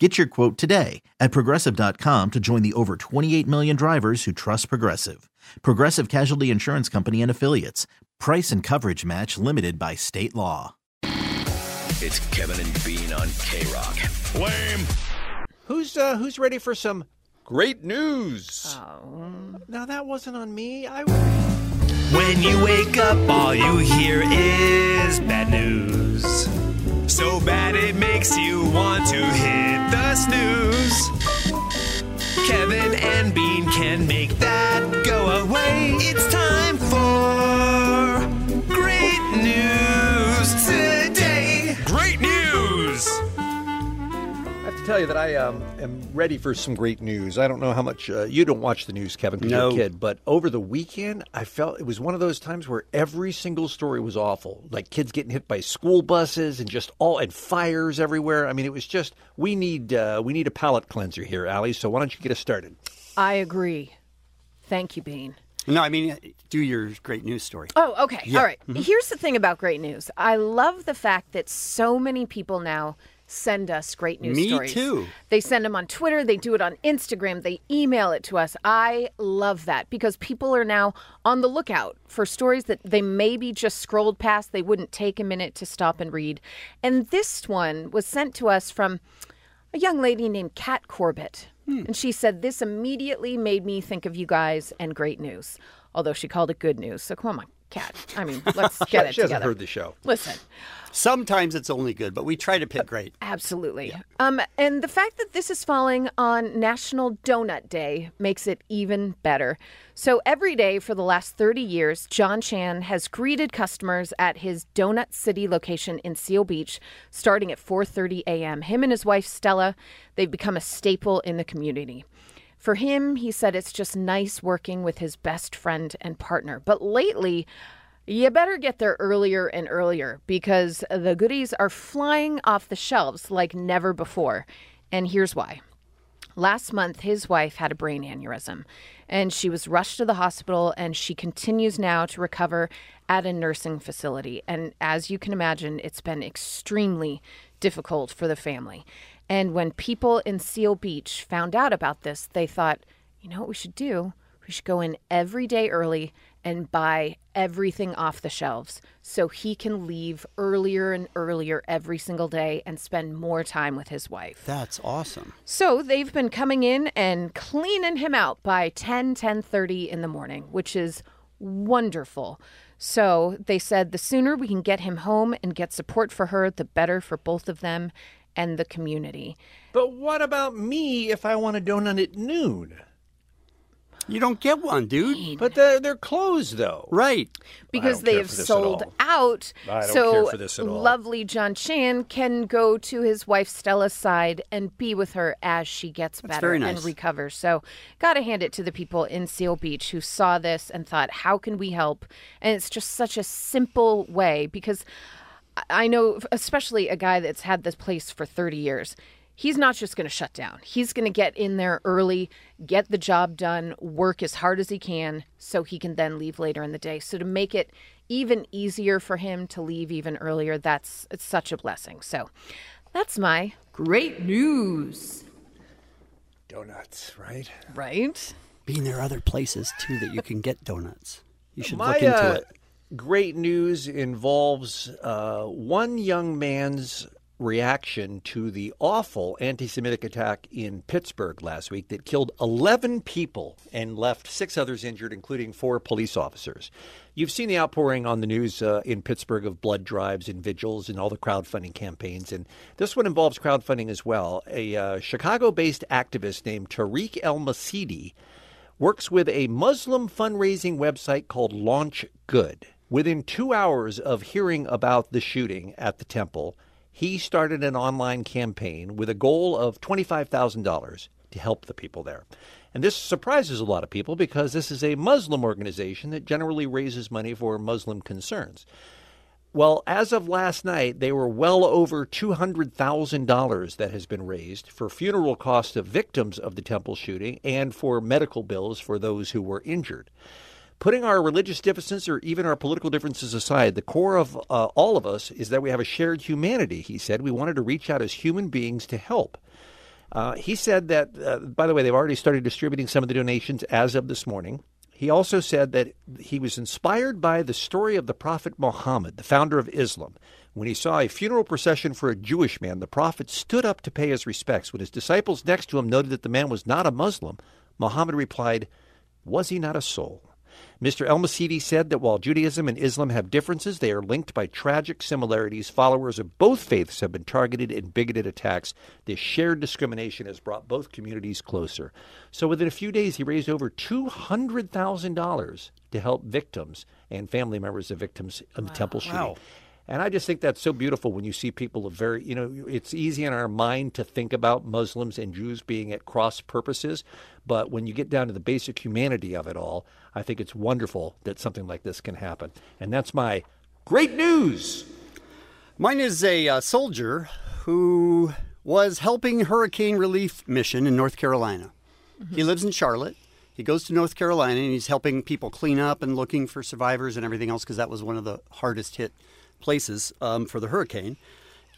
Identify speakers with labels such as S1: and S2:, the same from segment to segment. S1: Get your quote today at progressive.com to join the over 28 million drivers who trust Progressive. Progressive Casualty Insurance Company and Affiliates. Price and coverage match limited by state law.
S2: It's Kevin and Bean on K Rock.
S3: Lame.
S4: Who's uh, who's ready for some?
S3: Great news.
S5: Oh.
S4: No, that wasn't on me. I
S6: When you wake up, all you hear is bad news. So bad it makes you want to hit the snooze. Kevin and Bean can make that go away. It's time for great news today. Great news!
S4: I have to tell you that I um, am ready for some great news. I don't know how much uh, you don't watch the news, Kevin, because
S6: No.
S4: you're a kid. But over the weekend, I felt it was one of those times where every single story was awful, like kids getting hit by school buses and just all and fires everywhere. I mean, it was just we need uh, we need a palate cleanser here, Allie. So why don't you get us started?
S5: I agree. Thank you, Bean.
S7: No, I mean, do your great news story.
S5: Oh, okay. All right.
S7: Mm-hmm.
S5: Here's the thing about great news. I love the fact that so many people now send us great news
S7: Me
S5: stories.
S7: too.
S5: They send them on Twitter, they do it on Instagram, they email it to us. I love that because people are now on the lookout for stories that they maybe just scrolled past, they wouldn't take a minute to stop and read. And this one was sent to us from a young lady named Kat Corbett.
S4: Hmm.
S5: And she said, This immediately made me think of you guys and great news. Although she called it good news. So come on, Kat. I mean, let's get it
S4: she hasn't
S5: together.
S4: heard the show.
S5: Listen,
S7: Sometimes it's only good, but we try to pick great.
S5: absolutely. Um, and the fact that this is falling on National Donut Day makes it even better. So every day for the last 30 years, John Chan has greeted customers at his Donut City location in Seal Beach, starting at 4:30 a.m. Him and his wife Stella, they've become a staple in the community. For him, he said it's just nice working with his best friend and partner. But lately, you better get there earlier and earlier because the goodies are flying off the shelves like never before. And here's why. Last month, his wife had a brain aneurysm and she was rushed to the hospital and she continues now to recover at a nursing facility. And as you can imagine, it's been extremely difficult for the family. And when people in Seal Beach found out about this, they thought, you know what we should do? We should go in every day early and buy everything off the shelves so he can leave earlier and earlier every single day and spend more time with his wife.
S7: That's awesome.
S5: So they've been coming in and cleaning him out by 10, 10.30 in the morning, which is wonderful. So they said the sooner we can get him home and get support for her, the better for both of them and the community.
S4: But what about me if I want a donut at noon?
S7: You don't get one, dude.
S4: But they're, they're closed though.
S7: Right.
S5: because
S4: don't
S5: they
S4: care
S5: have
S4: for this at
S5: sold
S4: all.
S5: out.
S4: I don't
S5: so
S4: care for this at all.
S5: lovely John Chan can go to his wife Stella's side and be with her as she gets better
S7: very
S5: and
S7: nice.
S5: recovers. So, got to hand it to the people in Seal Beach who saw this and thought, "How can we help?" And it's just such a simple way because I- I know, especially a guy that's had this place for 30 years. He's not just going to shut down. He's going to get in there early, get the job done, work as hard as he can so he can then leave later in the day. So to make it even easier for him to leave even earlier, that's it's such a blessing. So that's my
S8: Great news.
S4: Donuts, right?
S5: right.
S7: Being there are other places too that you can get donuts. You should
S4: My
S7: look into
S4: uh,
S7: it.
S4: great news involves uh, one young man's reaction to the awful anti Semitic attack in Pittsburgh last week that killed 11 people and left six others injured, including four police officers. You've seen the outpouring on the news uh, in Pittsburgh of blood drives and vigils and all the crowdfunding campaigns. And this one involves crowdfunding as well. A uh, Chicago based activist named Tariq El Masidi works with a Muslim fundraising website called Launch Good. Within two hours of hearing about the shooting at the temple, he started an online campaign with a goal of $25,000 to help the people there. And this surprises a lot of people because this is a Muslim organization that generally raises money for Muslim concerns. Well, as of last night, they were well over $200,000 that has been raised for funeral costs of victims of the temple shooting and for medical bills for those who were injured. Putting our religious differences or even our political differences aside, the core of uh, all of us is that we have a shared humanity, he said. We wanted to reach out as human beings to help. Uh, he said that, uh, by the way, they've already started distributing some of the donations as of this morning. He also said that he was inspired by the story of the Prophet Muhammad, the founder of Islam. When he saw a funeral procession for a Jewish man, the Prophet stood up to pay his respects. When his disciples next to him noted that the man was not a Muslim, Muhammad replied, Was he not a soul? Mr. El Masidi said that while Judaism and Islam have differences, they are linked by tragic similarities. Followers of both faiths have been targeted in bigoted attacks. This shared discrimination has brought both communities closer. So within a few days, he raised over $200,000 to help victims and family members of victims of the temple shooting. And I just think that's so beautiful when you see people of very, you know, it's easy in our mind to think about Muslims and Jews being at cross purposes. But when you get down to the basic humanity of it all, I think it's wonderful that something like this can happen. And that's my great news.
S7: Mine is a uh, soldier who was helping hurricane relief mission in North Carolina. He lives in Charlotte. He goes to North Carolina and he's helping people clean up and looking for survivors and everything else because that was one of the hardest hit places um, for the hurricane.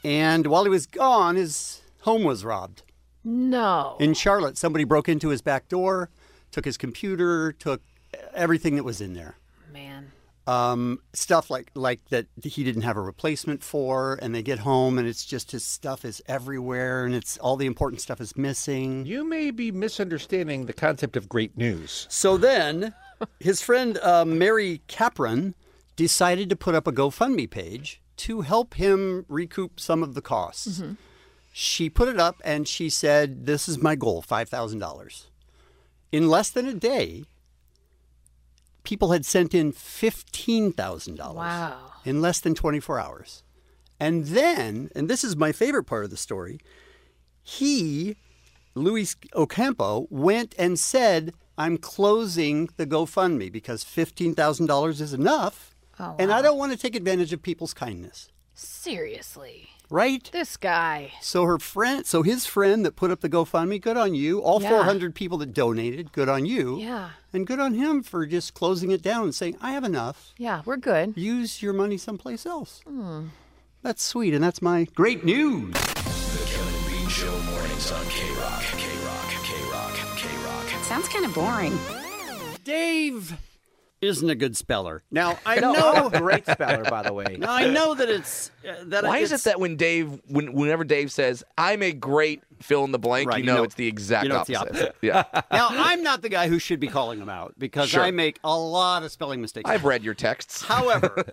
S7: And while he was gone, his home was robbed.
S5: No.
S7: In Charlotte, somebody broke into his back door, took his computer, took e-, everything that was in there.
S5: Man.
S7: um, stuff like like that he didn't have a replacement for, and they get home and it's just his stuff is everywhere, and it's all the important stuff is missing.
S4: You may be misunderstanding the concept of great news.
S7: So then, his friend uh, Mary Capron decided to put up a GoFundMe page to help him recoup some of the costs. She put it up and she said, "This is my goal: five thousand dollars." In less than a day, people had sent in fifteen thousand dollars
S5: Wow.
S7: in less than 24 hours. And then, and this is my favorite part of the story, he, Luis Ocampo, went and said, I'm closing the GoFundMe because $15,000 is enough.
S5: Oh,
S7: And I don't want to take advantage of people's kindness.
S5: Seriously.
S7: Right?
S5: This guy.
S7: So her friend, so his friend that put up the GoFundMe, good on you. All
S5: Yeah.
S7: 400 people that donated, good on you.
S5: Yeah.
S7: And good on him for just closing it down and saying, I have enough
S5: Yeah, we're good. Hmm.
S7: use your money someplace else. That's sweet, and that's my great news.
S2: The Kevin and Bean Show mornings on K Rock. K Rock. K Rock. K Rock.
S3: Sounds kind of boring.
S7: Dave isn't a good speller. Now I
S9: No,
S7: know,
S9: great speller, by the way.
S7: now I know that it's uh, that.
S9: Why is it
S7: it's-
S10: that when Dave, when, whenever Dave says, I'm a great fill in the blank,
S7: Right,
S10: you, know it's the exact
S7: you know it's the
S10: opposite. yeah.
S7: Now I'm not the guy who should be calling them out because
S10: Sure.
S7: I make a lot of spelling mistakes.
S10: I've read your texts
S7: However,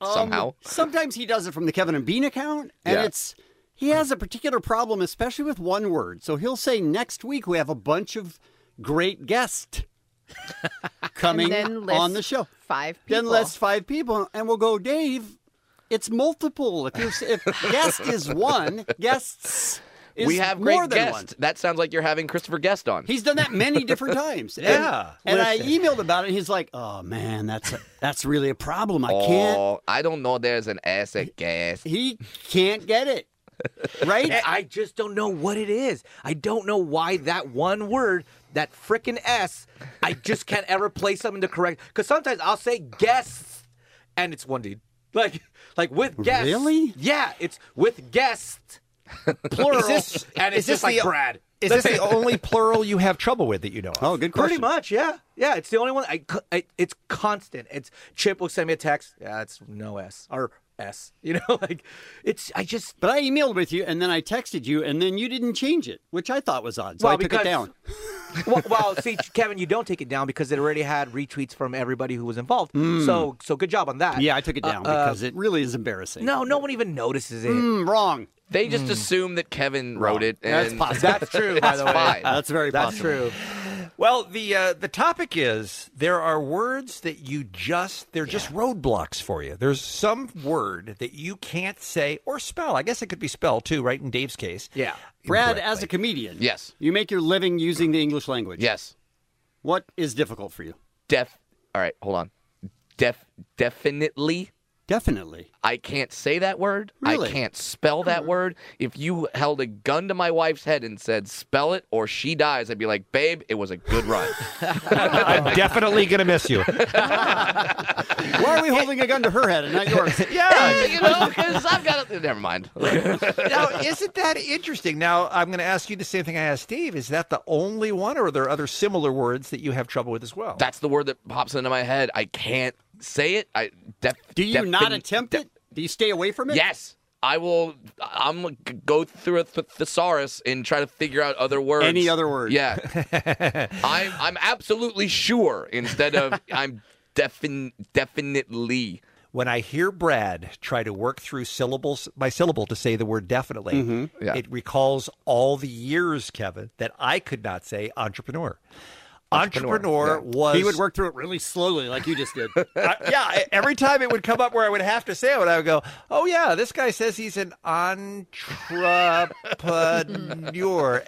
S7: um,
S10: somehow.
S7: sometimes he does it from the Kevin and Bean account, and
S10: Yeah.
S7: it's he has a particular problem, especially with one word. So he'll say next week we have a bunch of great guests coming
S5: And then list
S7: on the show.
S5: Five people.
S7: Then list five people, and we'll go, Dave. It's multiple. If, you if guest is one, guests is
S10: we have
S7: more
S10: great
S7: than one.
S10: guests. That sounds like you're having Christopher Guest on.
S7: He's done that many different times. And-
S4: Yeah,
S7: And, I e-
S4: listen.
S7: emailed about it. And he's like, "Oh man, that's a, that's really a problem. I can't.
S10: Oh, I don't know. There's an asset gas.
S7: He can't get it. Right?
S9: I- I just don't know what it is. I don't know why that one word, that frickin' S, I just can't ever place something to correct. Because sometimes I'll say guests, and it's one dude. Like, like with guests.
S7: Really?
S9: Yeah, it's with guests, plural, and it's
S11: is this
S9: just like
S11: the-
S9: Brad.
S11: Is this the only plural you have trouble with that you know of?
S7: oh, good
S9: Pretty
S7: question.
S9: much, yeah, yeah. It's the only one. I, c- I- it's constant. It's Chip will send me a text. Yeah, it's no S or S. You know, like it's. I just
S7: But I emailed with you, and then I texted you, and then you didn't change it, which I thought was odd. So
S9: Well,
S7: I took
S9: because-
S7: it down.
S9: well, well, see, Kevin, you don't take it down because it already had retweets from everybody who was involved. So, so good job on that.
S7: Hmm. Yeah, I took it
S9: Uh,
S7: down
S9: uh,
S7: because it really is embarrassing.
S9: no, no one even notices it.
S7: Mm, wrong.
S10: They just assume that Kevin wrote it.
S7: That's
S10: and
S7: possible.
S9: That's true. by
S10: That's
S9: the way.
S4: Ah,
S10: fine.
S7: That's very
S9: That's
S7: possible.
S9: true.
S4: Well, the uh, the topic is there are words that you just they're just roadblocks for you. There's some word that you can't say or spell. I guess it could be spell too, right? In Dave's case,
S9: Yeah.
S7: Brad, as a comedian,
S10: Yes.
S7: you make your living using the English language.
S10: Yes.
S7: What is difficult for you?
S10: Def. All right, hold on. Def. Definitely.
S7: Definitely.
S10: I can't say that word.
S7: Really?
S10: I can't spell that word. If you held a gun to my wife's head and said, spell it or she dies, I'd be like, babe, it was a good run.
S4: I'm definitely gonna miss you.
S7: Why are we holding a gun to her head and not yours?
S10: yeah. You know, because I've got it. Never mind.
S4: now, isn't that interesting? Now, I'm going to ask you the same thing I asked Steve. Is that the only one, or are there other similar words that you have trouble with as well?
S10: That's the word that pops into my head. I can't say it. I def-
S7: Do you
S10: defin-
S7: not attempt it? Do you stay away from it?
S10: Yes. I will. I'm gonna go through a th- thesaurus and try to figure out other words.
S7: Any other word.
S10: Yeah. I'm I'm absolutely sure instead of I'm defin- definitely.
S4: when I hear Brad try to work through syllables by syllable to say the word definitely,
S10: Yeah.
S4: it recalls all the years, Kevin, that I could not say entrepreneur. Entrepreneur, was
S7: He would work through it really slowly, like you just did.
S4: I- yeah, I- every time it would come up where I would have to say it, I would go, "Oh yeah, this guy says he's an entrepreneur,"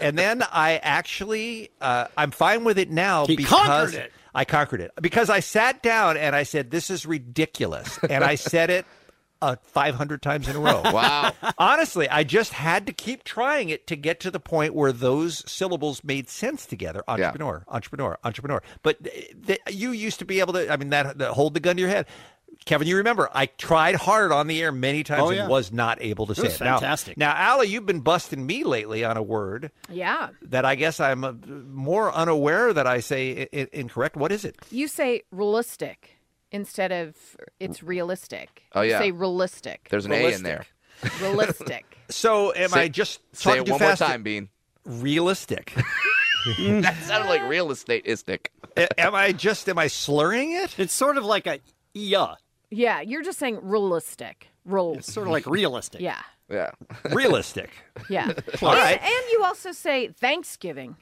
S4: and then I actually uh, I'm fine with it now
S7: He
S4: Oh, because
S7: conquered it.
S4: I conquered it because I sat down and I said, "This is ridiculous," and I said it. Uh, 500 times in a row.
S10: Wow.
S4: Honestly, I just had to keep trying it to get to the point where those syllables made sense together. Entrepreneur, entrepreneur, entrepreneur. But th- th- you used to be able to, I mean, that, that hold the gun to your head. Kevin, you remember I tried hard on the air many times
S7: Oh,
S4: and
S7: yeah.
S4: was not able to say
S7: was
S4: it.
S7: fantastic.
S4: Now, now, Allie, you've been busting me lately on a word
S5: Yeah.
S4: that I guess I'm uh, more unaware that I say I- I- incorrect. What is it?
S5: You say realistic instead of it's realistic.
S10: Oh, yeah.
S5: You say realistic.
S10: There's an A in there.
S5: realistic.
S4: So, Oh, am
S10: Say-
S4: I just
S10: Say
S4: talking
S10: it
S4: too
S10: one more
S4: fast?
S10: time, Bean.
S4: Realistic.
S10: That sounded like real estate istic.
S4: A- am I just am I slurring it?
S7: it's sort of like a yeah.
S5: yeah, you're just saying realistic. Roll.
S7: It's sort of like realistic.
S5: Yeah.
S10: Yeah.
S4: Realistic.
S5: Yeah.
S4: All right.
S5: And, and you also say Thanksgiving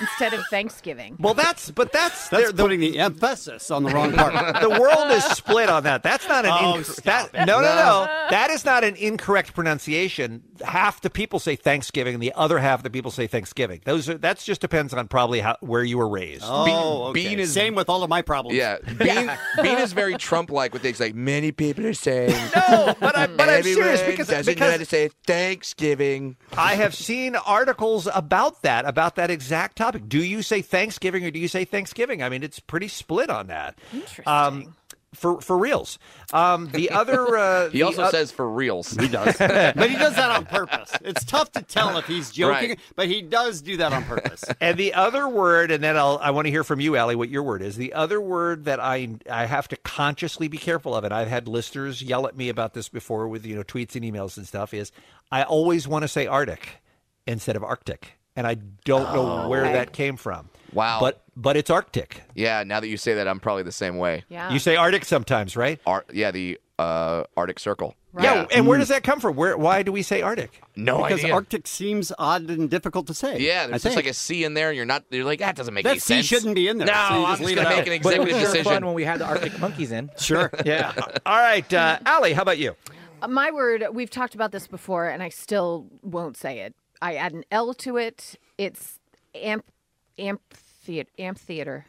S5: instead of Thanksgiving.
S4: Well, that's but that's,
S7: That's
S4: there- the,
S7: putting the emphasis on the wrong part.
S4: the world is split on that. That's not an
S7: Oh,
S4: inc-
S7: stop
S4: that, no, no, no. That is not an incorrect pronunciation. Half the people say Thanksgiving, and the other half the people say Thanksgiving. Those are that's just depends on probably how where you were raised.
S7: oh, okay.
S10: Bean is-
S7: same with all of my problems.
S10: Yeah. Bean, Bean is very Trump like with things like many people are saying.
S4: No, but I'm but I'm
S10: everyone
S4: serious because
S10: doesn't know how to
S4: because
S10: say Thanksgiving.
S4: I have seen articles about that about that exact topic. Do you say Thanksgiving or do you say Thanksgiving? I mean, it's pretty split on that.
S5: Interesting.
S4: Um, for for reals. Um, the other uh,
S10: He
S4: the
S10: also
S4: oth-
S10: says for reals.
S7: He does. but he does that on purpose. It's tough to tell if he's joking,
S10: Right.
S7: but he does do that on purpose.
S4: And the other word, and then I'll, I want to hear from you, Allie, what your word is. The other word that I I have to consciously be careful of, and I've had listeners yell at me about this before with you know tweets and emails and stuff, is I always want to say Arctic instead of Arctic, and I don't know where that came from.
S10: Wow.
S4: But but it's Arctic.
S10: Yeah, now that you say that, I'm probably the same way.
S5: yeah.
S4: You say Arctic sometimes, right?
S10: Ar- yeah, the uh, Arctic Circle.
S5: Right.
S4: Yeah. And where does that come from? Where why do we say Arctic?
S10: No
S7: because
S10: idea.
S7: Arctic seems odd and difficult to say.
S10: yeah,
S7: I
S10: there's
S7: think.
S10: just like a C in there, and you're not. You're like that doesn't make
S7: That
S10: any
S7: C
S10: sense.
S7: shouldn't be in there.
S10: No,
S7: so you
S10: I'm
S7: just
S10: just
S7: leave
S10: gonna
S7: it
S10: make an
S7: out.
S9: But it
S10: executive
S9: was sure fun
S10: decision.
S9: when we had the Arctic monkeys in.
S7: Sure.
S4: Yeah. All right, uh, Allie, how about you?
S5: My word, we've talked about this before, and I still won't say it. I add an L to it. It's amp, amphitheater. amphitheater.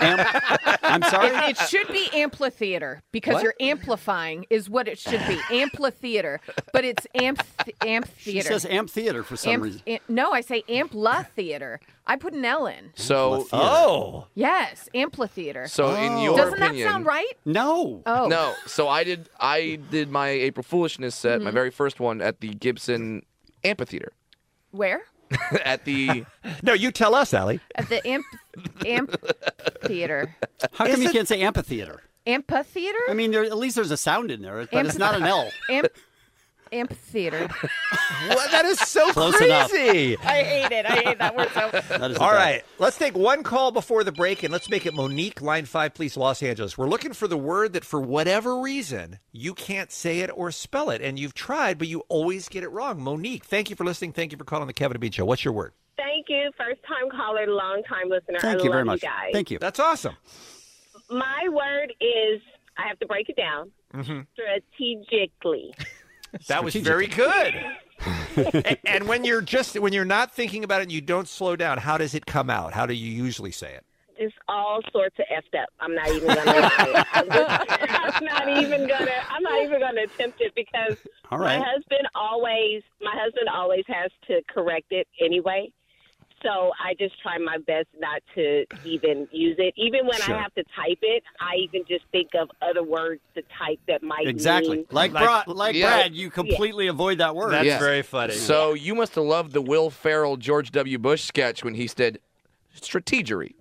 S7: Am- I'm sorry.
S5: It should be amplitheater because you're amplifying is what it should be. Amphitheater, but it's amp
S7: She
S5: amphitheater.
S7: says amp theater for some
S5: Amp-
S7: reason.
S5: am- no, I say ampla theater. I put an L in.
S10: So,
S4: Oh.
S5: Yes, amphitheater.
S10: so
S7: Oh.
S10: in your
S5: Doesn't
S10: opinion,
S5: that sound right?
S7: No.
S5: Oh,
S10: No, so I did. I did my April Foolishness set,
S5: Mm-hmm.
S10: my very first one at the Gibson Amphitheater.
S5: where?
S10: at the
S4: No, you tell us, Allie.
S5: At the amp amphitheater.
S7: How come you can't say amphitheater?
S5: Amphitheater?
S7: I mean, there, at least there's a sound in there, but it's not an L.
S5: Amp amphitheater.
S4: Well, that is so
S7: Close enough.
S4: crazy.
S5: I hate it. I hate that word so.
S7: That is
S4: All right, let's take one call before the break and let's make it Monique, line five, please, Los Angeles. We're looking for the word that for whatever reason you can't say it or spell it, and you've tried, but you always get it wrong. Monique, thank you for listening. Thank you for calling the Kevin and Bean Show. What's your word?
S12: Thank you, first time caller, long time listener.
S7: Thank
S12: I
S7: you very
S12: love
S7: much.
S12: You guys.
S7: Thank you.
S4: That's awesome.
S12: My word is I have to break it down strategically.
S4: Mm-hmm. That was very good. and, and when you're just when you're not thinking about it and you don't slow down, how does it come out? How do you usually say it?
S12: Just all sorts of effed up. I'm not even gonna lie. I'm, just, I'm not even gonna. I'm not even gonna attempt it because
S7: All right.
S12: my husband always. My husband always has to correct it anyway. So I just try my best not to even use it. Even when
S7: Sure.
S12: I have to type it, I even just think of other words to type that might
S7: Exactly.
S12: mean-
S7: Like, Brad, like
S10: Yeah.
S7: Brad, you completely avoid that word.
S10: Yes. very
S4: funny.
S10: So you must have loved the Will Ferrell George W. Bush sketch when he said strategery.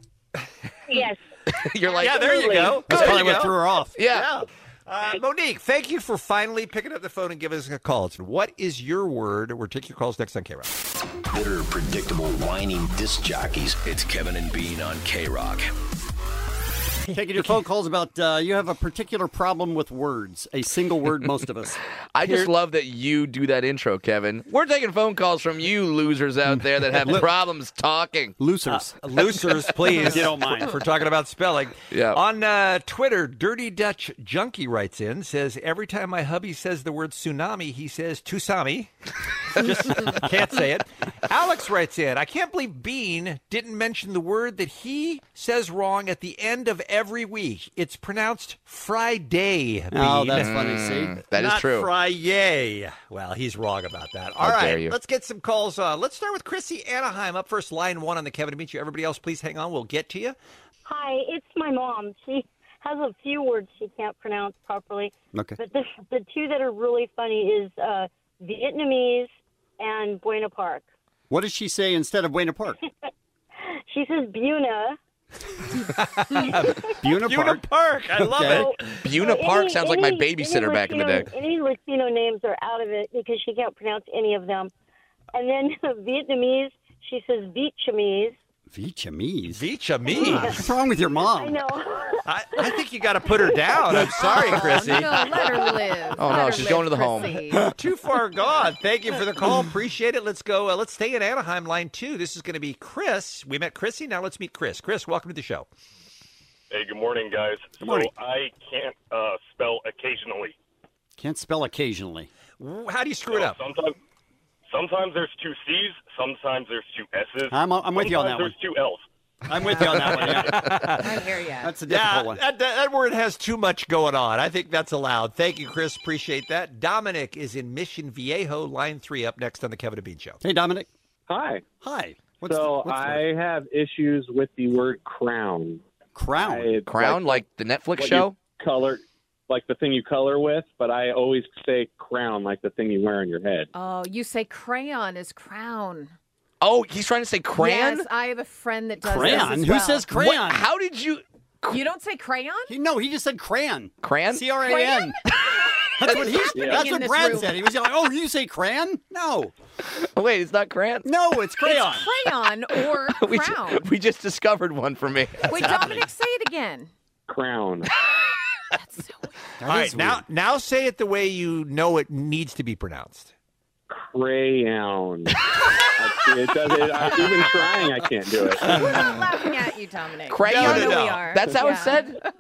S12: yes.
S10: You're like,
S4: yeah, there you go.
S7: That's
S4: There
S7: probably
S4: you
S7: what
S4: go.
S7: threw her off.
S10: Yeah.
S4: Uh, Monique, thank you for finally picking up the phone and giving us a call. It's what is your word? We're taking your calls next on K Rock.
S3: Bitter, predictable, whining disc jockeys. It's Kevin and Bean on K Rock.
S7: Taking your phone calls about uh, you have a particular problem with words, a single word, most of us.
S10: I just love that you do that intro, Kevin. We're taking phone calls from you losers out there that have problems talking.
S7: Losers.
S4: Uh, Losers, please.
S7: If you don't mind.
S4: For, for talking about spelling.
S10: Yeah.
S4: On uh, Twitter, Dirty Dutch Junkie writes in, says, Every time my hubby says the word tsunami, he says Tusami. Just can't say it. Alex writes in, I can't believe Bean didn't mention the word that he says wrong at the end of every week. It's pronounced Friday. Bean.
S7: oh, that's funny. See?
S10: That is
S4: Not
S10: true.
S4: Friday. Well, he's wrong about that. All
S10: dare
S4: right,
S10: you.
S4: let's get some calls on. Let's start with Chrissy Anaheim up first, line one on the Kevin to meet you. Everybody else, please hang on. We'll get to you.
S13: Hi, it's my mom. She has a few words she can't pronounce properly,
S7: Okay.
S13: but the, the two that are really funny is uh, Vietnamese and Buena Park.
S7: What does she say instead of Buena Park?
S13: She says Buna.
S7: Buena Park.
S4: Park. I love
S7: Okay.
S13: So-
S10: Buna
S13: so
S10: Park
S13: any-
S10: sounds like my
S13: any- any
S10: babysitter back in the
S13: Latino-
S10: day.
S13: Any Latino names are out of it because she can't pronounce any of them. And then Vietnamese, she says Vietnamese.
S7: Vietnamese.
S4: Vietnamese.
S7: What's wrong with your
S10: Oh,
S7: mom?
S13: I know.
S4: I, I think you got to put her down. I'm sorry, Chrissy.
S5: No, let her live.
S10: Oh,
S5: Let
S10: no,
S5: her
S10: she's
S5: live,
S10: going to the home.
S5: Chrissy.
S4: Too far gone. Thank you for the call. Appreciate it. Let's go. Uh, let's stay in Anaheim, line two. This is going to be Chris. We met Chrissy. Now let's meet Chris. Chris, welcome to the show.
S2: Hey, good morning, guys.
S4: morning.
S2: So I can't uh, spell occasionally.
S7: Can't spell occasionally.
S4: W- How do you screw it up?
S2: Sometimes, sometimes there's two C's. Sometimes there's two S's.
S7: I'm- I'm with you on that
S2: sometimes There's two L's.
S7: I'm with you on that one. Yeah.
S5: I hear you.
S7: That's a difficult one.
S4: that, that, that word has too much going on. I think that's allowed. Thank you, Chris. Appreciate that. Dominic is in Mission Viejo, line three, up next on the Kevin and Bean Show.
S7: Hey, Dominic.
S14: Hi.
S7: Hi. What's the,
S14: So
S7: what's the
S14: I have issues with the word crown.
S7: crown?
S14: I,
S10: Crown, like, the Netflix
S14: what
S10: show?
S14: like color, like the thing you color with, but I always say crown, like the thing you wear on your head.
S5: Oh, you say crayon is crown.
S10: Oh, he's trying to say crayon?
S5: Yes, I have a friend that does this
S7: crayon?
S5: as
S7: Who
S5: well.
S7: says
S10: What-
S7: crayon?
S10: How did you.
S5: You don't say crayon?
S7: He, no, he just said crayon.
S10: Crayon?
S7: C R A N. That's what he. That's
S5: in
S7: what
S5: this
S7: Brad
S5: room?
S7: said. He was like, "Oh, you say crayon? No,
S10: Oh, wait, it's not crayon?
S7: no, it's crayon."
S5: Crayon or
S10: We, ju-
S5: crown.
S10: we just discovered one for me.
S5: Wait, Dominic, say it again.
S14: Crown.
S7: That
S4: All right,
S7: is
S4: now
S7: weird.
S4: now say it the way you know it needs to be pronounced.
S14: Crayon. I, it does, it, I, even trying, I can't do it.
S5: We're not laughing at you, Dominic.
S10: Crayon?
S5: I
S4: No,
S5: know
S4: no,
S5: we
S4: no.
S5: are.
S10: That's how
S5: yeah.
S10: it's said? Uh,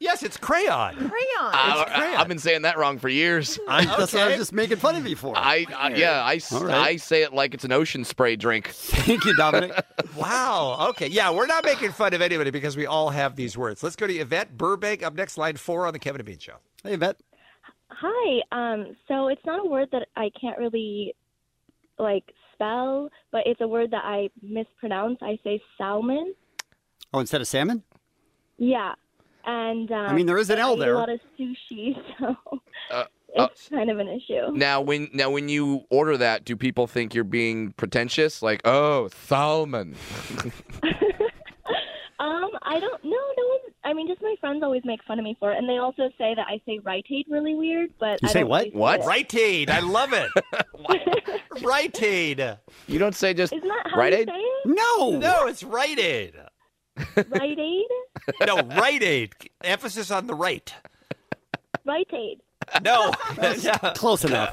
S4: Yes, it's crayon.
S5: Crayon.
S10: I- I, have been saying that wrong for years.
S7: I, that's what I
S4: okay.
S7: was just making fun of you for.
S10: I, I yeah, I, s-
S7: All right.
S10: I say it like it's an ocean spray drink.
S7: Thank you, Dominic.
S4: Wow. Okay. Yeah, we're not making fun of anybody because we all have these words. Let's go to Yvette Burbank up next, line four on the Kevin and Bean Show.
S7: hey, Yvette.
S15: Hi. Um, so it's not a word that I can't really like spell, but it's a word that I mispronounce. I say salmon.
S7: Oh, instead of salmon,
S15: Yeah. And um,
S7: mean, there is an L
S15: I eat
S7: there.
S15: A lot of sushi, so
S10: Uh, uh,
S15: it's kind of an issue.
S10: Now when now when you order that, do people think you're being pretentious? Like, oh, salmon.
S15: Um, I don't. No, no one. I mean, just my friends always make fun of me for it, and they also say that I say rightate really weird. But
S7: You
S15: I
S7: say
S15: don't
S7: what?
S15: really say
S10: What?
S15: it.
S4: Right aid. I love it. right aid.
S10: You don't say just
S15: Isn't that how
S10: Rite
S15: you
S10: Aid?
S15: say it?
S7: No.
S4: No, it's right aid.
S15: Rite Aid?
S4: No, right aid. Emphasis on the right.
S15: Rite Aid.
S4: No,
S7: close enough.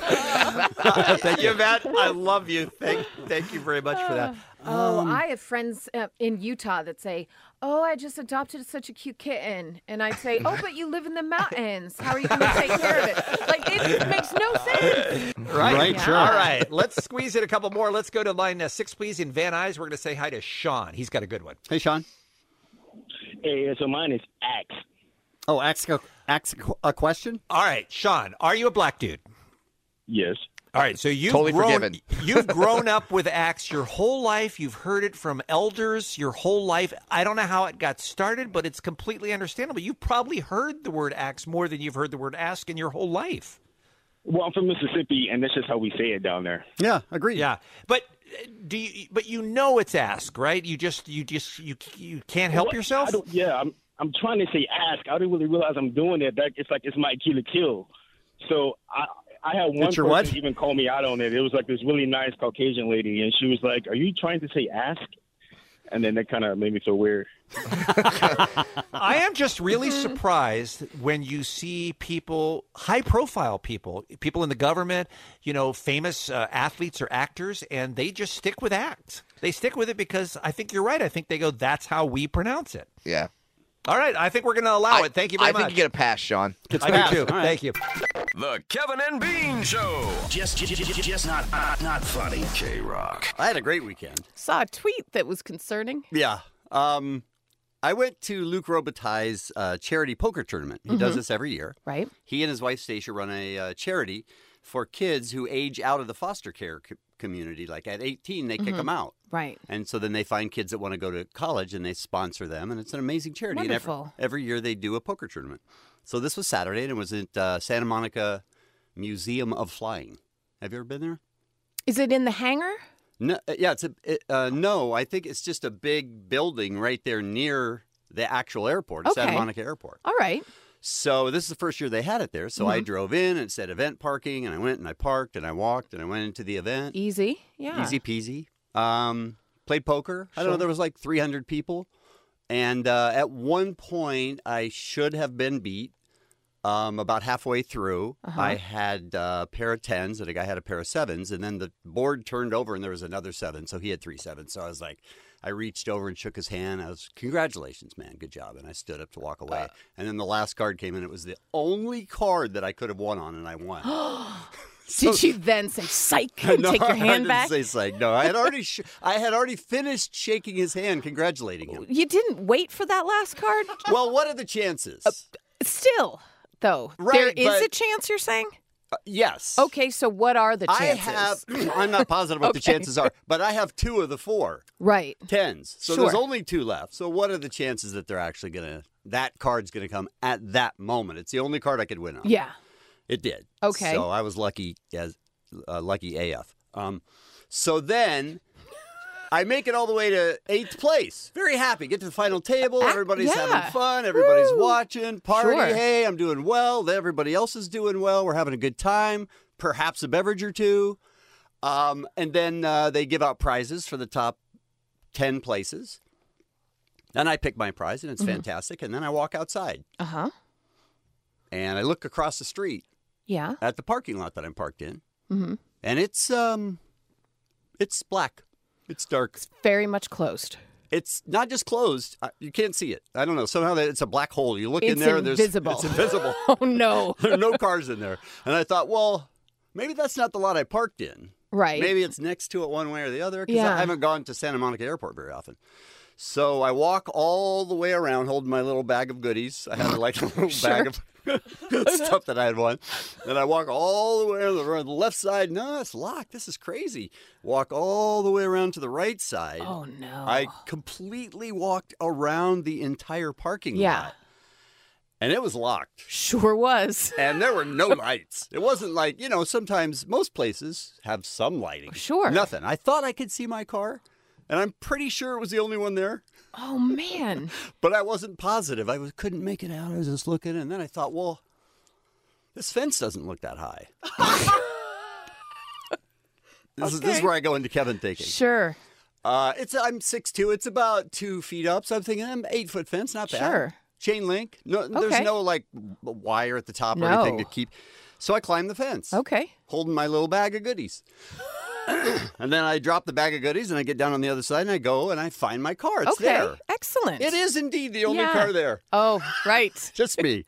S4: thank you, Matt. I love you. Thank, thank you very much for that.
S5: Oh,
S16: Um,
S5: I have friends uh, in Utah that say, "Oh, I just adopted such a cute kitten," and I'd say, "Oh, but you live in the mountains. How are you going to take care of it?" Like it makes no sense.
S4: Right,
S7: Right,
S4: Yeah.
S7: sure.
S4: All right, let's squeeze in a couple more. Let's go to line uh, six, please, in Van Nuys. We're going to say hi to Sean. He's got a good one.
S7: Hey, Sean.
S14: Hey, so mine is Axe.
S7: Oh, ask a, ask a qu- a question?
S4: All right, Sean, are you a black dude?
S14: Yes.
S4: All right, so you've
S10: Totally
S4: grown,
S10: forgiven.
S4: you've grown up with Axe your whole life. You've heard it from elders your whole life. I don't know how it got started, but it's completely understandable. You've probably heard the word Axe more than you've heard the word ask in your whole life.
S14: Well, I'm from Mississippi, and that's just how we say it down there.
S7: Yeah, agreed.
S4: Yeah, but uh, do you? But you know it's ask, right? You just you just you you can't help
S14: What?
S4: yourself.
S14: I don't, yeah, I'm. I'm trying to say ask. I don't really realize I'm doing it. That it's like it's my Achilles kill. So I. I had one
S7: It's your
S14: person
S7: what?
S14: even call me out on it. It was like this really nice Caucasian lady, and she was like, "Are you trying to say ask?" And then that kind of made me feel weird.
S4: I am just really
S10: Mm-hmm.
S4: surprised when you see people, high profile people, people in the government, you know, famous uh, athletes or actors, and they just stick with act. They stick with it because I think you're right. I think they go, that's how we pronounce it.
S10: Yeah.
S4: All right. I think we're going to allow it. Thank you very
S10: I
S4: much.
S10: think you get a pass, Sean.
S4: I
S7: passed.
S4: do too.
S7: All right.
S4: Thank you.
S3: The Kevin and Bean Show.
S6: Just, just, just, just not, not, not funny.
S3: K Rock.
S7: I had a great weekend.
S16: Saw a tweet that was concerning.
S7: Yeah. Um, I went to Luke Robitaille's uh, charity poker tournament. He does this every year.
S16: Mm-hmm. Right.
S7: He and his wife Stacia run a uh, charity for kids who age out of the foster care co- community. Like at 18, they kick 'em kick
S16: Mhm.
S7: them out.
S16: Right.
S7: And so then they find kids that want to go to college and they sponsor them. And it's an amazing charity. And every-
S16: Wonderful.
S7: every year they do a poker tournament. So this was Saturday and it was at uh, Santa Monica Museum of Flying. Have you ever been there?
S16: Is it in the hangar?
S7: No, uh, yeah, it's a it, uh, no. I think it's just a big building right there near the actual airport, Santa
S16: Okay.
S7: Monica Airport.
S16: All right.
S7: So this is the first year they had it there. So
S16: Mm-hmm.
S7: I drove in and it said event parking, and I went and I parked and I walked and I went into the event.
S16: Easy. Yeah.
S7: Easy peasy. Um, played poker. I don't know.
S16: Sure.
S7: There was like 300 people, and uh, at one point I should have been beat. Um, about halfway through,
S16: Uh-huh.
S7: I had uh, a pair of tens, and a guy had a pair of sevens, and then the board turned over, and there was another seven, so he had three sevens. So I was like, I reached over and shook his hand. I was, congratulations, man, good job. And I stood up to walk
S16: Uh.
S7: away, and then the last card came in. It was the only card that I could have won on, and I won.
S16: Did you then say psych and
S7: No,
S16: take your
S7: I
S16: hand
S7: didn't
S16: back?
S7: Say psych. No, I had already sh- I had already finished shaking his hand, congratulating him.
S16: you didn't wait for that last card? Uh,
S7: Well, what are the chances?
S16: Still, though, there
S7: Right,
S16: is a
S7: but- uh,
S16: chance you're saying?
S7: yes.
S16: Okay, so what are the
S7: I
S16: chances?
S7: have. I'm not positive what the
S16: Okay.
S7: chances are, but I have two of the four
S16: Right.
S7: tens. So there's
S16: Sure.
S7: only two left. So what are the chances that they're actually gonna that card's gonna come at that moment? It's the only card I could win on.
S16: Yeah.
S7: It did.
S16: Okay.
S7: So I was lucky as uh, lucky AF. Um, so then I make it all the way to eighth place. Very happy. Get to the final table. Everybody's
S16: yeah.
S7: having fun. Everybody's watching. Party.
S16: Sure.
S7: Hey, I'm doing well. Everybody else is doing well. We're having a good time. Perhaps a beverage or two. Um, and then uh, they give out prizes for the top 10 places. And I pick my prize, and it's
S16: Mm-hmm.
S7: fantastic. And then I walk outside
S16: Uh huh.
S7: and I look across the street
S16: Yeah.
S7: at the parking lot that I'm parked in,
S16: hmm
S7: and it's um, it's black, it's dark,
S16: Very much closed.
S7: it's not just closed. I, you can't see it. I don't know. Somehow that it's a black hole. You look in
S16: It's
S7: there, and there's
S16: invisible.
S7: It's invisible.
S16: Oh, no.
S7: there are no cars in there. And I thought, well, maybe that's not the lot I parked in.
S16: Right.
S7: Maybe it's next to it one way or the other. Because
S16: Yeah.
S7: I haven't gone to Santa Monica Airport very often. So I walk all the way around holding my little bag of goodies. I had like a little bag of stuff that I had won. And I walk all the way around the, around the left side. No, it's locked. This is crazy. Walk all the way around to the right side.
S16: Oh, no.
S7: I completely walked around the entire parking
S16: yeah.
S7: lot. And it was locked
S16: Sure was.
S7: and there were no lights. It wasn't like, you know, sometimes most places have some lighting.
S16: Sure.
S7: Nothing. I thought I could see my car, and I'm pretty sure it was the only one there,
S16: Oh, man.
S7: but I wasn't positive. I was, couldn't make it out. I was just looking, and then I thought, well, this fence doesn't look that high. this, is, this is
S16: Okay.
S7: where I go into Kevin thinking.
S16: Sure.
S7: Uh, it's I'm 6'2", it's about two feet up, so I'm thinking I'm um, eight foot fence, not bad.
S16: Sure.
S7: Chain link. No, there's
S5: Okay.
S7: no like w- wire at the top or
S5: No.
S7: anything to keep. So I climbed the fence.
S5: Okay.
S7: Holding my little bag of goodies. and then I drop the bag of goodies and I get down on the other side and I go and I find my car. It's
S5: okay.
S7: there.
S5: Excellent.
S7: It is indeed the only
S5: Yeah.
S7: car there.
S5: Oh, right.
S7: Just me.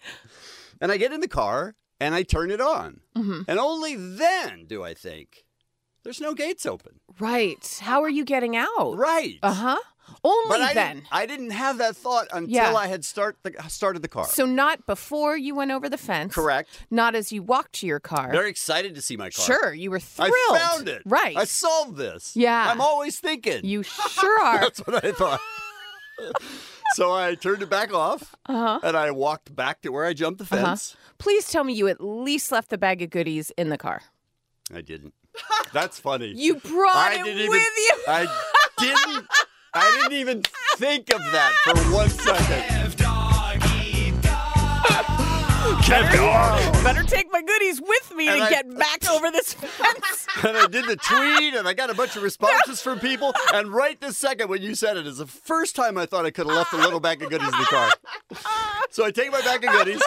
S7: And I get in the car and I turn it on.
S5: Mhm.
S7: And only then do I think there's no gates open.
S5: Right. How are you getting out?
S7: Right.
S5: Uh huh. Only
S7: but I
S5: then.
S7: Didn't, I didn't have that thought until
S5: Yeah.
S7: I had start the, started the car.
S5: So not before you went over the fence.
S7: Correct.
S5: Not as you walked to your car.
S7: Very excited to see my car.
S5: Sure, you were thrilled.
S7: I found it.
S5: Right.
S7: I solved this.
S5: Yeah.
S7: I'm always thinking.
S5: You sure are.
S7: That's what I thought. so I turned it back off
S5: Uh-huh.
S7: and I walked back to where I jumped the
S5: Uh-huh.
S7: fence.
S5: Please tell me you at least left the bag of goodies in the car.
S7: I didn't. That's funny.
S5: You brought
S7: I
S5: it
S7: didn't even,
S5: with you.
S7: I didn't. I didn't even think of that for one second. Kev dog.
S5: Better take my goodies with me
S7: And
S5: to
S7: I-
S5: get back over this fence.
S7: and I did the tweet, and I got a bunch of responses from people. And right this second, when you said it, is the first time I thought I could have left a little bag of goodies in the car. So I take my bag of goodies,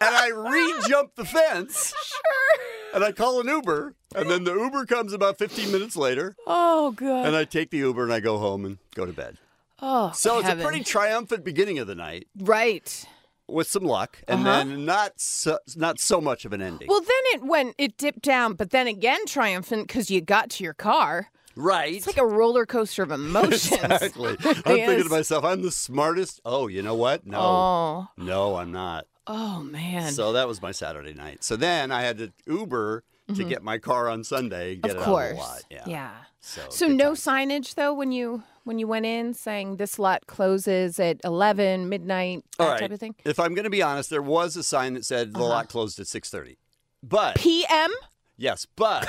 S7: and I re-jump the fence. Sure. And I call an Uber, and then the Uber comes about 15 minutes later,
S5: Oh, good.
S7: and I take the Uber and I go home and go to bed.
S5: oh,
S7: So it's
S5: heaven.
S7: a pretty triumphant beginning of the night
S5: right.
S7: with some luck, and
S5: Uh-huh.
S7: then not so, not so much of an ending.
S5: Well, then it went, it dipped down, but then again triumphant because you got to your car.
S7: right.
S5: It's like a roller coaster of emotions.
S7: Exactly. I'm thinking to myself, I'm the smartest. Oh, you know what? No.
S5: Oh.
S7: No, I'm not.
S5: Oh man.
S7: So that was my Saturday night. So then I had to Uber to
S5: Mhm.
S7: get my car on Sunday, get
S5: of
S7: it
S5: course.
S7: out of the lot. Yeah. So,
S5: So no signage though when you when you went in saying this lot closes at eleven midnight
S7: all
S5: that
S7: right.
S5: type of thing. Uh-huh.
S7: If I'm going to be honest, there was a sign that said the lot closed at 6:30. But
S5: P.M.
S7: yes, but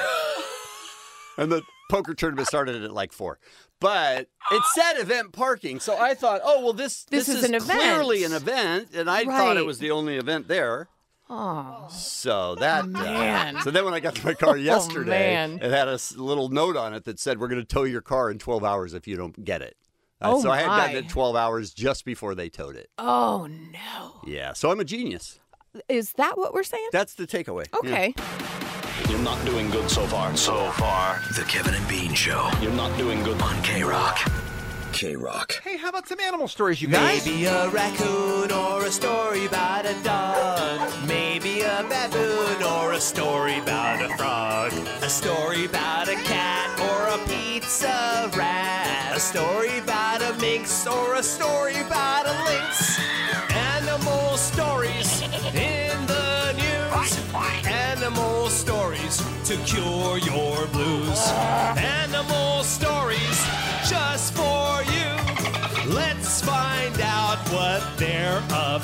S7: and the poker tournament started at like 4. But it said event parking, so I thought, oh well, this
S5: This
S7: this,
S5: is an event.
S7: clearly an event, and I thought
S5: Right.
S7: it was the only event there.
S5: Oh.
S7: So that uh,
S5: man. Oh,
S7: so then when I got to my car yesterday,
S5: man.
S7: it had a s- little note on it that said, "We're going to tow your car in 12 hours if you don't get it." Uh,
S5: Oh,
S7: so I had gotten
S5: my.
S7: it 12 hours just before they towed it.
S5: Oh no.
S7: Yeah. So I'm a genius.
S5: Is that what we're saying?
S7: That's the takeaway. Yeah.
S5: Okay.
S2: You're not doing good so far. So far. The Kevin and Bean Show. You're not doing good on K Rock. K Rock.
S4: Hey, how about some animal stories, you guys?
S3: Maybe a raccoon or a story about a dog. Maybe a baboon or a story about a frog. A story about a cat or a pizza rat. A story about a minx or a story about a lynx. Animal stories in the news. Animal stories to cure your blues. Animal stories just for you. Let's find out what they're up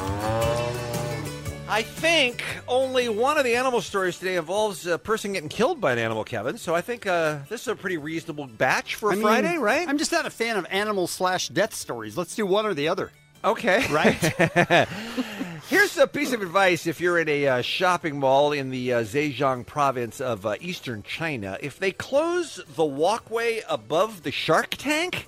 S3: to.
S4: I think only one of the animal stories today involves a person getting killed by an animal, Kevin. So I think uh, this is a pretty reasonable batch for
S7: I
S4: a
S7: mean,
S4: Friday, right?
S7: I'm just not a fan of animal slash death stories. Let's do one or the other.
S4: Okay. Right? Here's a piece of advice if you're in a uh, shopping mall in the uh, Zhejiang province of uh, eastern China. If they close the walkway above the shark tank,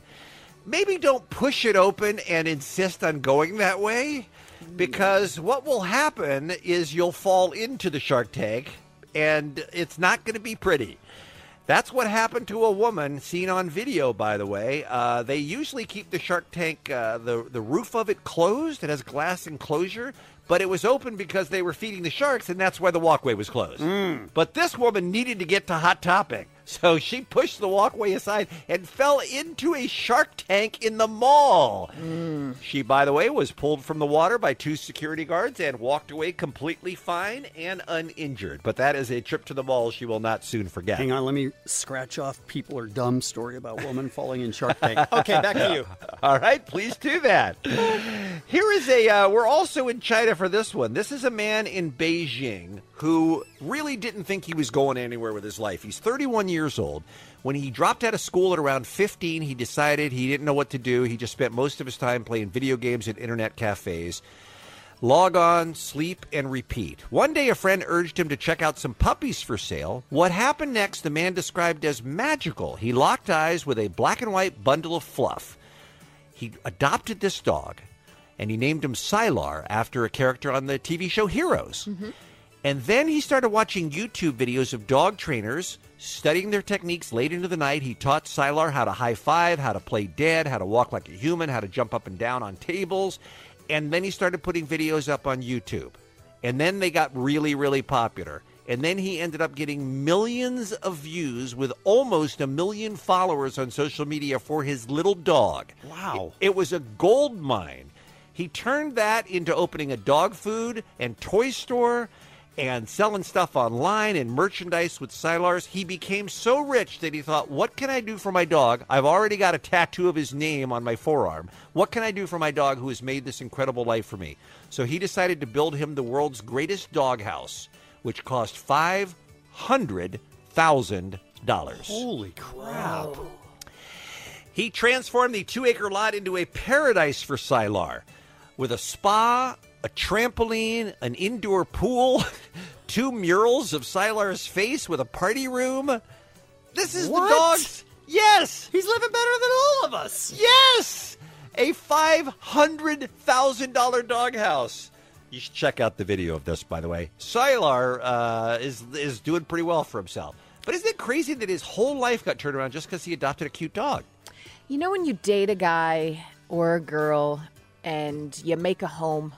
S4: maybe don't push it open and insist on going that way because what will happen is you'll fall into the shark tank and it's not going to be pretty. That's what happened to a woman seen on video, by the way. Uh, they usually keep the shark tank, uh, the, the roof of it closed. It has glass enclosure, but it was open because they were feeding the sharks, and that's why the walkway was closed. But this woman needed to get to Hot Topic, so she pushed the walkway aside and fell into a shark tank in the mall. She, by the way, was pulled from the water by two security guards and walked away completely fine and uninjured. But that is a trip to the mall she will not soon forget.
S7: Hang on, let me scratch off people are dumb story about woman falling in Shark Tank. Okay, back to you.
S4: All right, please do that. Here is a, uh, we're also in China for this one. This is a man in Beijing who really didn't think he was going anywhere with his life. He's 31 years old. When he dropped out of school at around 15, he decided he didn't know what to do. He just spent most of his time playing video games at internet cafes. Log on, sleep, and repeat. One day, a friend urged him to check out some puppies for sale. What happened next, the man described as magical. He locked eyes with a black and white bundle of fluff. He adopted this dog, and he named him Sylar after a character on the TV show Heroes. And then he started watching YouTube videos of dog trainers studying their techniques late into the night. He taught Sylar how to high five, how to play dead, how to walk like a human, how to jump up and down on tables. And then he started putting videos up on YouTube. And then they got really, really popular. And then he ended up getting millions of views with almost a million followers on social media for his little dog. Wow. It, it was a gold mine. He turned that into opening a dog food and toy store and selling stuff online and merchandise with Silars. He became so rich that he thought, what can I do for my dog? I've already got a tattoo of his name on my forearm. What can I do for my dog who has made this incredible life for me? So he decided to build him the world's greatest doghouse, which cost $500,000.
S7: Holy crap.
S4: He transformed the two acre lot into a paradise for Sylar with a spa, a trampoline, an indoor pool, two murals of Sylar's face with a party room. This is
S7: What?
S4: the dog's. Yes!
S7: He's living better than all of us!
S4: Yes! A $500,000 doghouse. You should check out the video of this, by the way. Sylar uh, is, is doing pretty well for himself. But isn't it crazy that his whole life got turned around just because he adopted a cute dog?
S5: You know, when you date a guy or a girl and you make a home,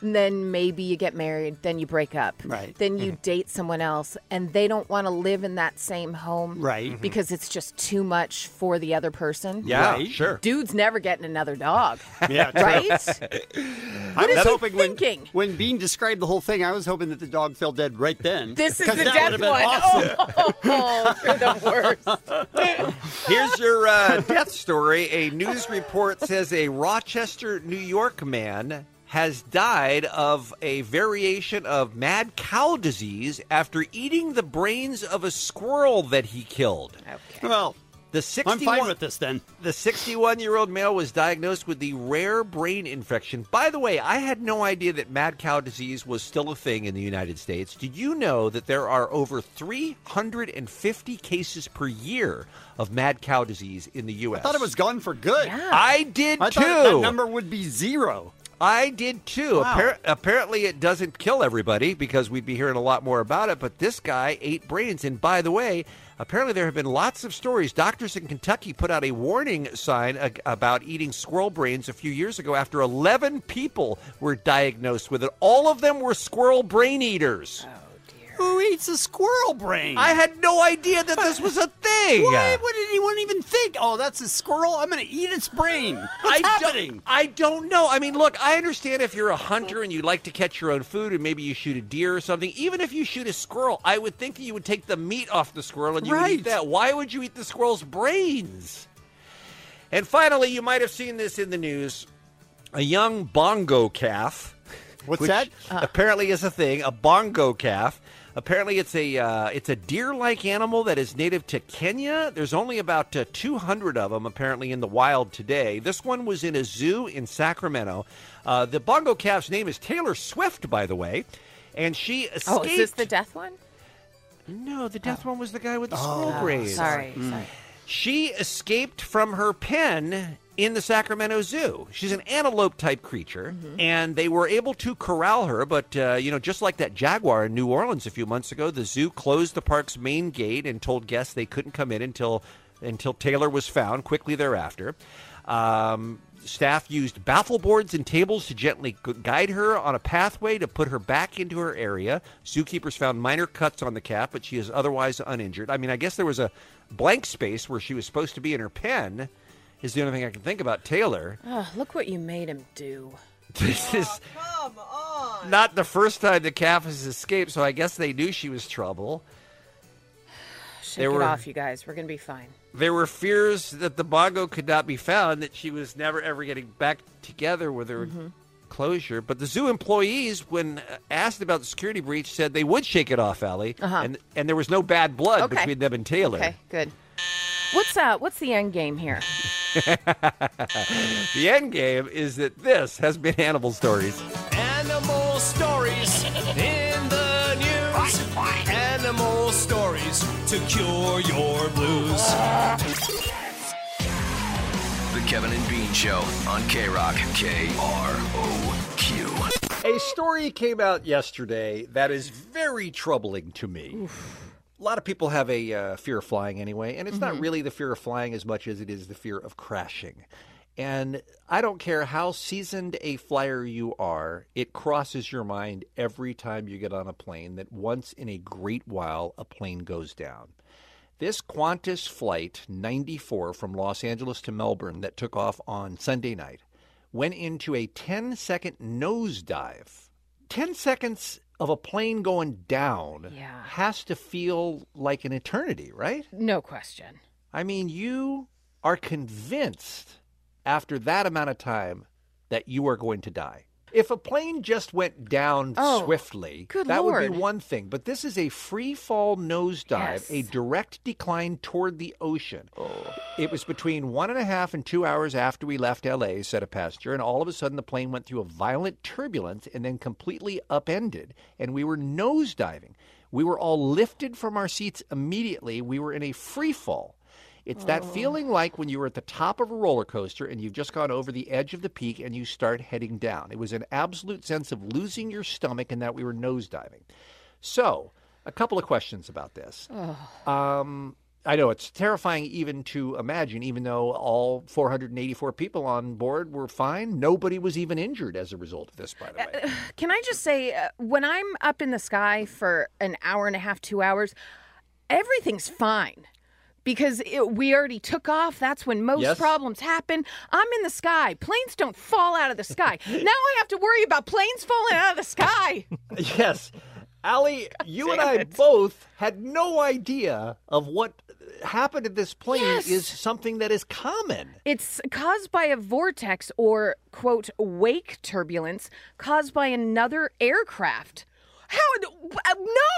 S5: and then maybe you get married, then you break up.
S7: Right. Mm-hmm.
S5: Then you date someone else and they don't want to live in that same home.
S7: Right. Mhm.
S5: Because it's just too much for the other person.
S7: Yeah, Right. sure.
S5: Dude's never getting another dog.
S7: Yeah, true.
S5: right?
S7: I was
S5: is he
S7: hoping when, when Bean described the whole thing, I was hoping that the dog fell dead right then.
S5: This is
S7: 'Cause
S5: the
S7: that
S5: death
S7: would've been
S5: one.
S7: awesome.
S5: Oh, you're the worst.
S4: Here's your uh, death story. A news report says a Rochester, New York man has died of a variation of mad cow disease after eating the brains of a squirrel that he killed.
S7: Okay. Well,
S4: the
S7: I'm
S4: 61
S7: fine with this then.
S4: The 61 year old male was diagnosed with the rare brain infection. By the way, I had no idea that mad cow disease was still a thing in the United States. Did you know that there are over 350 cases per year of mad cow disease in the U.S.?
S7: I thought it was gone for good.
S4: I did
S7: I
S4: too.
S7: thought that number would be zero.
S4: I did too.
S7: Wow.
S4: Appar- apparently, it doesn't kill everybody because we'd be hearing a lot more about it. But this guy ate brains. And by the way, apparently, there have been lots of stories. Doctors in Kentucky put out a warning sign ag- about eating squirrel brains a few years ago after 11 people were diagnosed with it. All of them were squirrel brain eaters.
S7: Who eats a squirrel brain?
S4: I had no idea that this was a thing.
S7: Why would anyone even think? Oh, that's a squirrel. I'm going to eat its brain. What's
S4: I
S7: happening?
S4: Don't, I don't know. I mean, look, I understand if you're a hunter and you like to catch your own food and maybe you shoot a deer or something. Even if you shoot a squirrel, I would think that you would take the meat off the squirrel and you would
S7: Right.
S4: eat that. Why would you eat the squirrel's brains? And finally, you might have seen this in the news. A young bongo calf.
S7: What's
S4: which
S7: that?
S5: Uh.
S4: Apparently, is a thing. A bongo calf. Apparently, it's a uh, it's a deer-like animal that is native to Kenya. There's only about uh, 200 of them apparently in the wild today. This one was in a zoo in Sacramento. Uh, the bongo calf's name is Taylor Swift, by the way, and she escaped.
S5: Oh, is this the death one?
S4: No, the death one was the guy with the
S5: Oh,
S4: squirrel brains.
S5: Sorry,
S7: mm.
S5: sorry.
S4: She escaped from her pen in the Sacramento Zoo. She's an antelope type creature, and they were able to corral her. But, uh, you know, just like that jaguar in New Orleans a few months ago, the zoo closed the park's main gate and told guests they couldn't come in until, until Taylor was found quickly thereafter. Um, staff used baffle boards and tables to gently gu- guide her on a pathway to put her back into her area. Zookeepers found minor cuts on the calf, but she is otherwise uninjured. I mean, I guess there was a blank space where she was supposed to be in her pen. Is the only thing I can think about Taylor.
S5: Oh, look what you made him do.
S4: This is not the first time the calf has escaped, so I guess they knew she was trouble.
S5: Shake
S4: There
S5: it
S4: were-
S5: off, you guys. We're gonna be fine.
S4: There were fears that the bongo could not be found, that she was never ever getting back together with her
S5: Mm-hmm.
S4: closure. But the zoo employees, when uh, asked about the security breach, said they would shake it off, Allie,
S5: Uh-huh.
S4: and and there was no bad blood
S5: Okay.
S4: between them and Taylor.
S5: Okay, good. What's uh what's the end game here?
S4: the end game is that this has been Animal Stories.
S6: Animal stories in the news. Animal stories to cure your blues.
S3: The
S2: Kevin and Bean Show on K Rock. K R O Q.
S4: A story came out yesterday that is very troubling to me. A lot of people have a uh, fear of flying anyway, and it's not
S6: Mhm.
S4: really the fear of flying as much as it is the fear of crashing. And I don't care how seasoned a flyer you are, it crosses your mind every time you get on a plane that once in a great while a plane goes down. This Qantas flight 94 from Los Angeles to Melbourne that took off on Sunday night went into a 10 second nosedive. 10 seconds of a plane going down has to feel like an eternity, right?
S5: No question.
S4: I mean, you are convinced after that amount of time that you are going to die. If a plane just went down
S5: Oh,
S4: swiftly,
S5: good
S4: that would
S5: Lord.
S4: be one thing. But this is a free fall nosedive, a direct decline toward the ocean. It was between one and a half and two hours after we left LA, said a passenger, and all of a sudden the plane went through a violent turbulence and then completely upended, and we were nosediving. We were all lifted from our seats immediately. We were in a free fall. It's that
S6: Oh.
S4: feeling like when you were at the top of a roller coaster and you've just gone over the edge of the peak and you start heading down. It was an absolute sense of losing your stomach and that we were nosediving. So, a couple of questions about this. Um, I know it's terrifying even to imagine, even though all 484 people on board were fine. Nobody was even injured as a result of this, by the way.
S5: Uh, Can I just say, uh, when I'm up in the sky for an hour and a half, two hours, everything's fine because it, we already took off. That's when most
S17: Yes.
S5: problems happen. I'm in the sky. Planes don't fall out of the sky. now I have to worry about planes falling out of the sky.
S4: yes. Allie, you and I both had no idea of what happened to this plane is something that is common.
S5: It's caused by a vortex or, quote, wake turbulence caused by another aircraft. How? uh,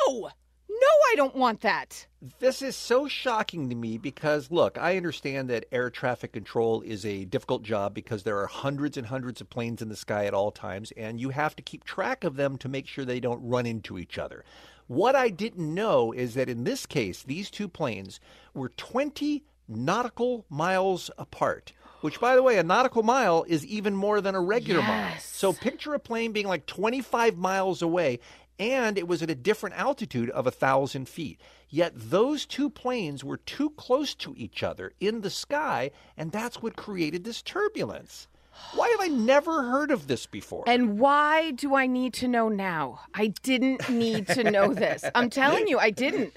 S5: No! No, I don't want that.
S4: This is so shocking to me because, look, I understand that air traffic control is a difficult job because there are hundreds and hundreds of planes in the sky at all times, and you have to keep track of them to make sure they don't run into each other. What I didn't know is that in this case, these two planes were 20 nautical miles apart, which, by the way, a nautical mile is even more than a regular mile. So picture a plane being like 25 miles away, and it was at a different altitude of a 1,000 feet. Yet those two planes were too close to each other in the sky, and that's what created this turbulence. Why have I never heard of this before?
S5: And why do I need to know now? I didn't need to know this. I'm telling you, I didn't.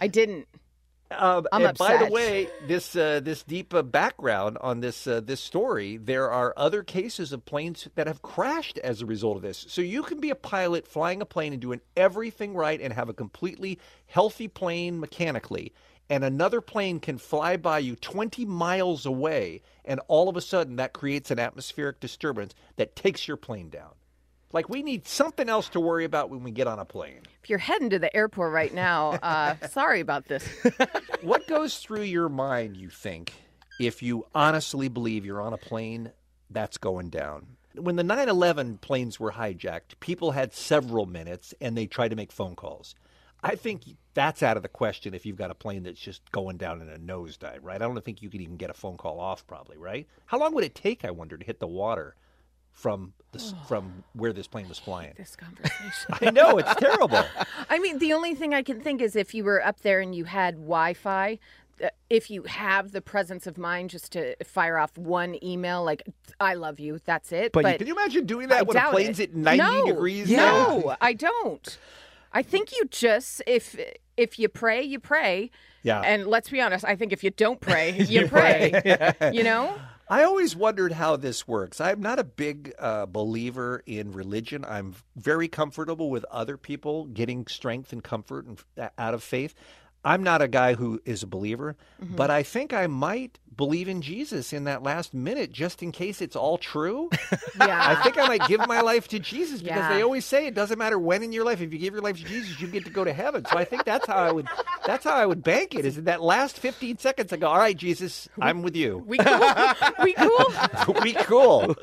S5: I didn't.
S4: Um,
S5: I'm
S4: and by the
S5: upset.
S4: way, this uh, this deep uh, background on this uh, this story, there are other cases of planes that have crashed as a result of this. So you can be a pilot flying a plane and doing everything right and have a completely healthy plane mechanically, and another plane can fly by you 20 miles away, and all of a sudden that creates an atmospheric disturbance that takes your plane down. Like we need something else to worry about when we get on a plane.
S5: If you're heading to the airport right now, uh, sorry about this.
S4: what goes through your mind, you think, if you honestly believe you're on a plane that's going down? When the 9 11 planes were hijacked, people had several minutes and they tried to make phone calls. I think that's out of the question if you've got a plane that's just going down in a nosedive, right? I don't think you could even get a phone call off, probably, right? How long would it take, I wonder, to hit the water from the, s from where this plane was flying?
S5: This conversation.
S4: I know, it's terrible.
S5: I mean, the only thing I can think is if you were up there and you had Wi Fi, if you have the presence of mind just to fire off one email, like, I love you, that's it.
S4: But
S5: But,
S4: you- can you imagine doing that
S5: I
S4: when a
S5: doubt
S4: plane's
S5: it.
S4: at 90
S5: No,
S4: degrees now?
S5: No, I don't. I think you just, if if you pray, you pray.
S4: Yeah.
S5: And let's be honest, I think if you don't pray, you, pray. you know?
S4: I always wondered how this works. I'm not a big uh, believer in religion. I'm very comfortable with other people getting strength and comfort and, f- out of faith. I'm not a guy who is a believer,
S5: Mm-hmm.
S6: Mhm.
S4: but I think I might believe in Jesus in that last minute just in case it's all true.
S5: Yeah.
S4: I think I might give my life to Jesus because
S5: Yeah.
S4: they always say it doesn't matter when in your life. If you give your life to Jesus, you get to go to heaven. So I think that's how I would. That's how I would bank it. Is in that last 15 seconds I go, all right, Jesus, I'm with you.
S5: We cool. we cool.
S4: we cool.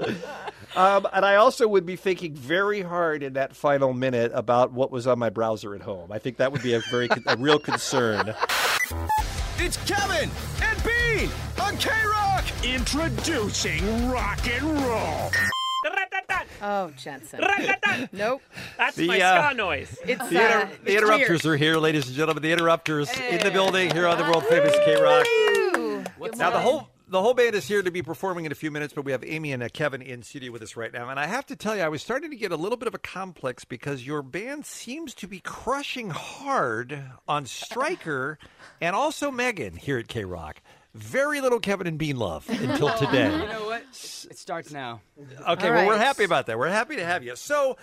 S4: Um, and I also would be thinking very hard in that final minute about what was on my browser at home. I think that would be a very a real concern.
S3: It's Kevin and Bean on
S6: on K Rock. Introducing rock and roll.
S5: Oh, Jensen. nope.
S18: That's
S4: The,
S18: my
S4: uh,
S18: ska noise.
S5: It's Eh.
S4: The, inter- the interrupters are here, ladies and gentlemen. The interrupters in the building here on the world famous K Rock. Now the whole the whole band is here to be performing in a few minutes, but we have Amy and uh, Kevin in studio with us right now. And I have to tell you, I was starting to get a little bit of a complex because your band seems to be crushing hard on Stryker and also Megan here at K Rock. Very little Kevin and Bean love until
S19: Oh, You
S4: today.
S19: know what? It starts now.
S4: Okay, well we're happy about that. We're happy to have you. So,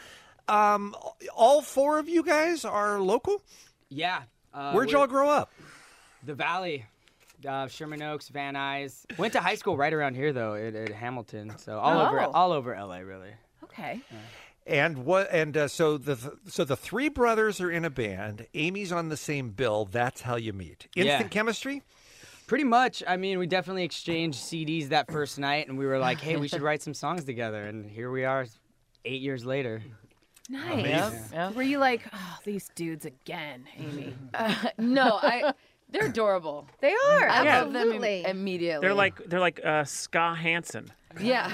S4: um, all four of you guys are local.
S19: Yeah. Uh,
S4: Where'd y'all grow up?
S19: The Valley. Uh, Sherman Oaks, Van Nuys. Went to high school right around here though, at, at Hamilton. So all over,
S5: Oh.
S19: all over LA, really.
S5: Okay.
S4: And what? And uh, so the th- so the three brothers are in a band. Amy's on the same bill. That's how you meet. Instant
S19: Yeah.
S4: chemistry.
S19: Pretty much. I mean, we definitely exchanged CDs that first night, and we were like, "Hey, we should write some songs together." And here we are, eight years later.
S5: Nice.
S19: Amazing.
S16: Were you like, oh, these dudes again, Amy? uh, no, I. They're adorable.
S5: They are.
S16: I love them im-
S5: absolutely.
S16: immediately.
S18: They're like they're like uh, ska Hansen.
S16: Yeah.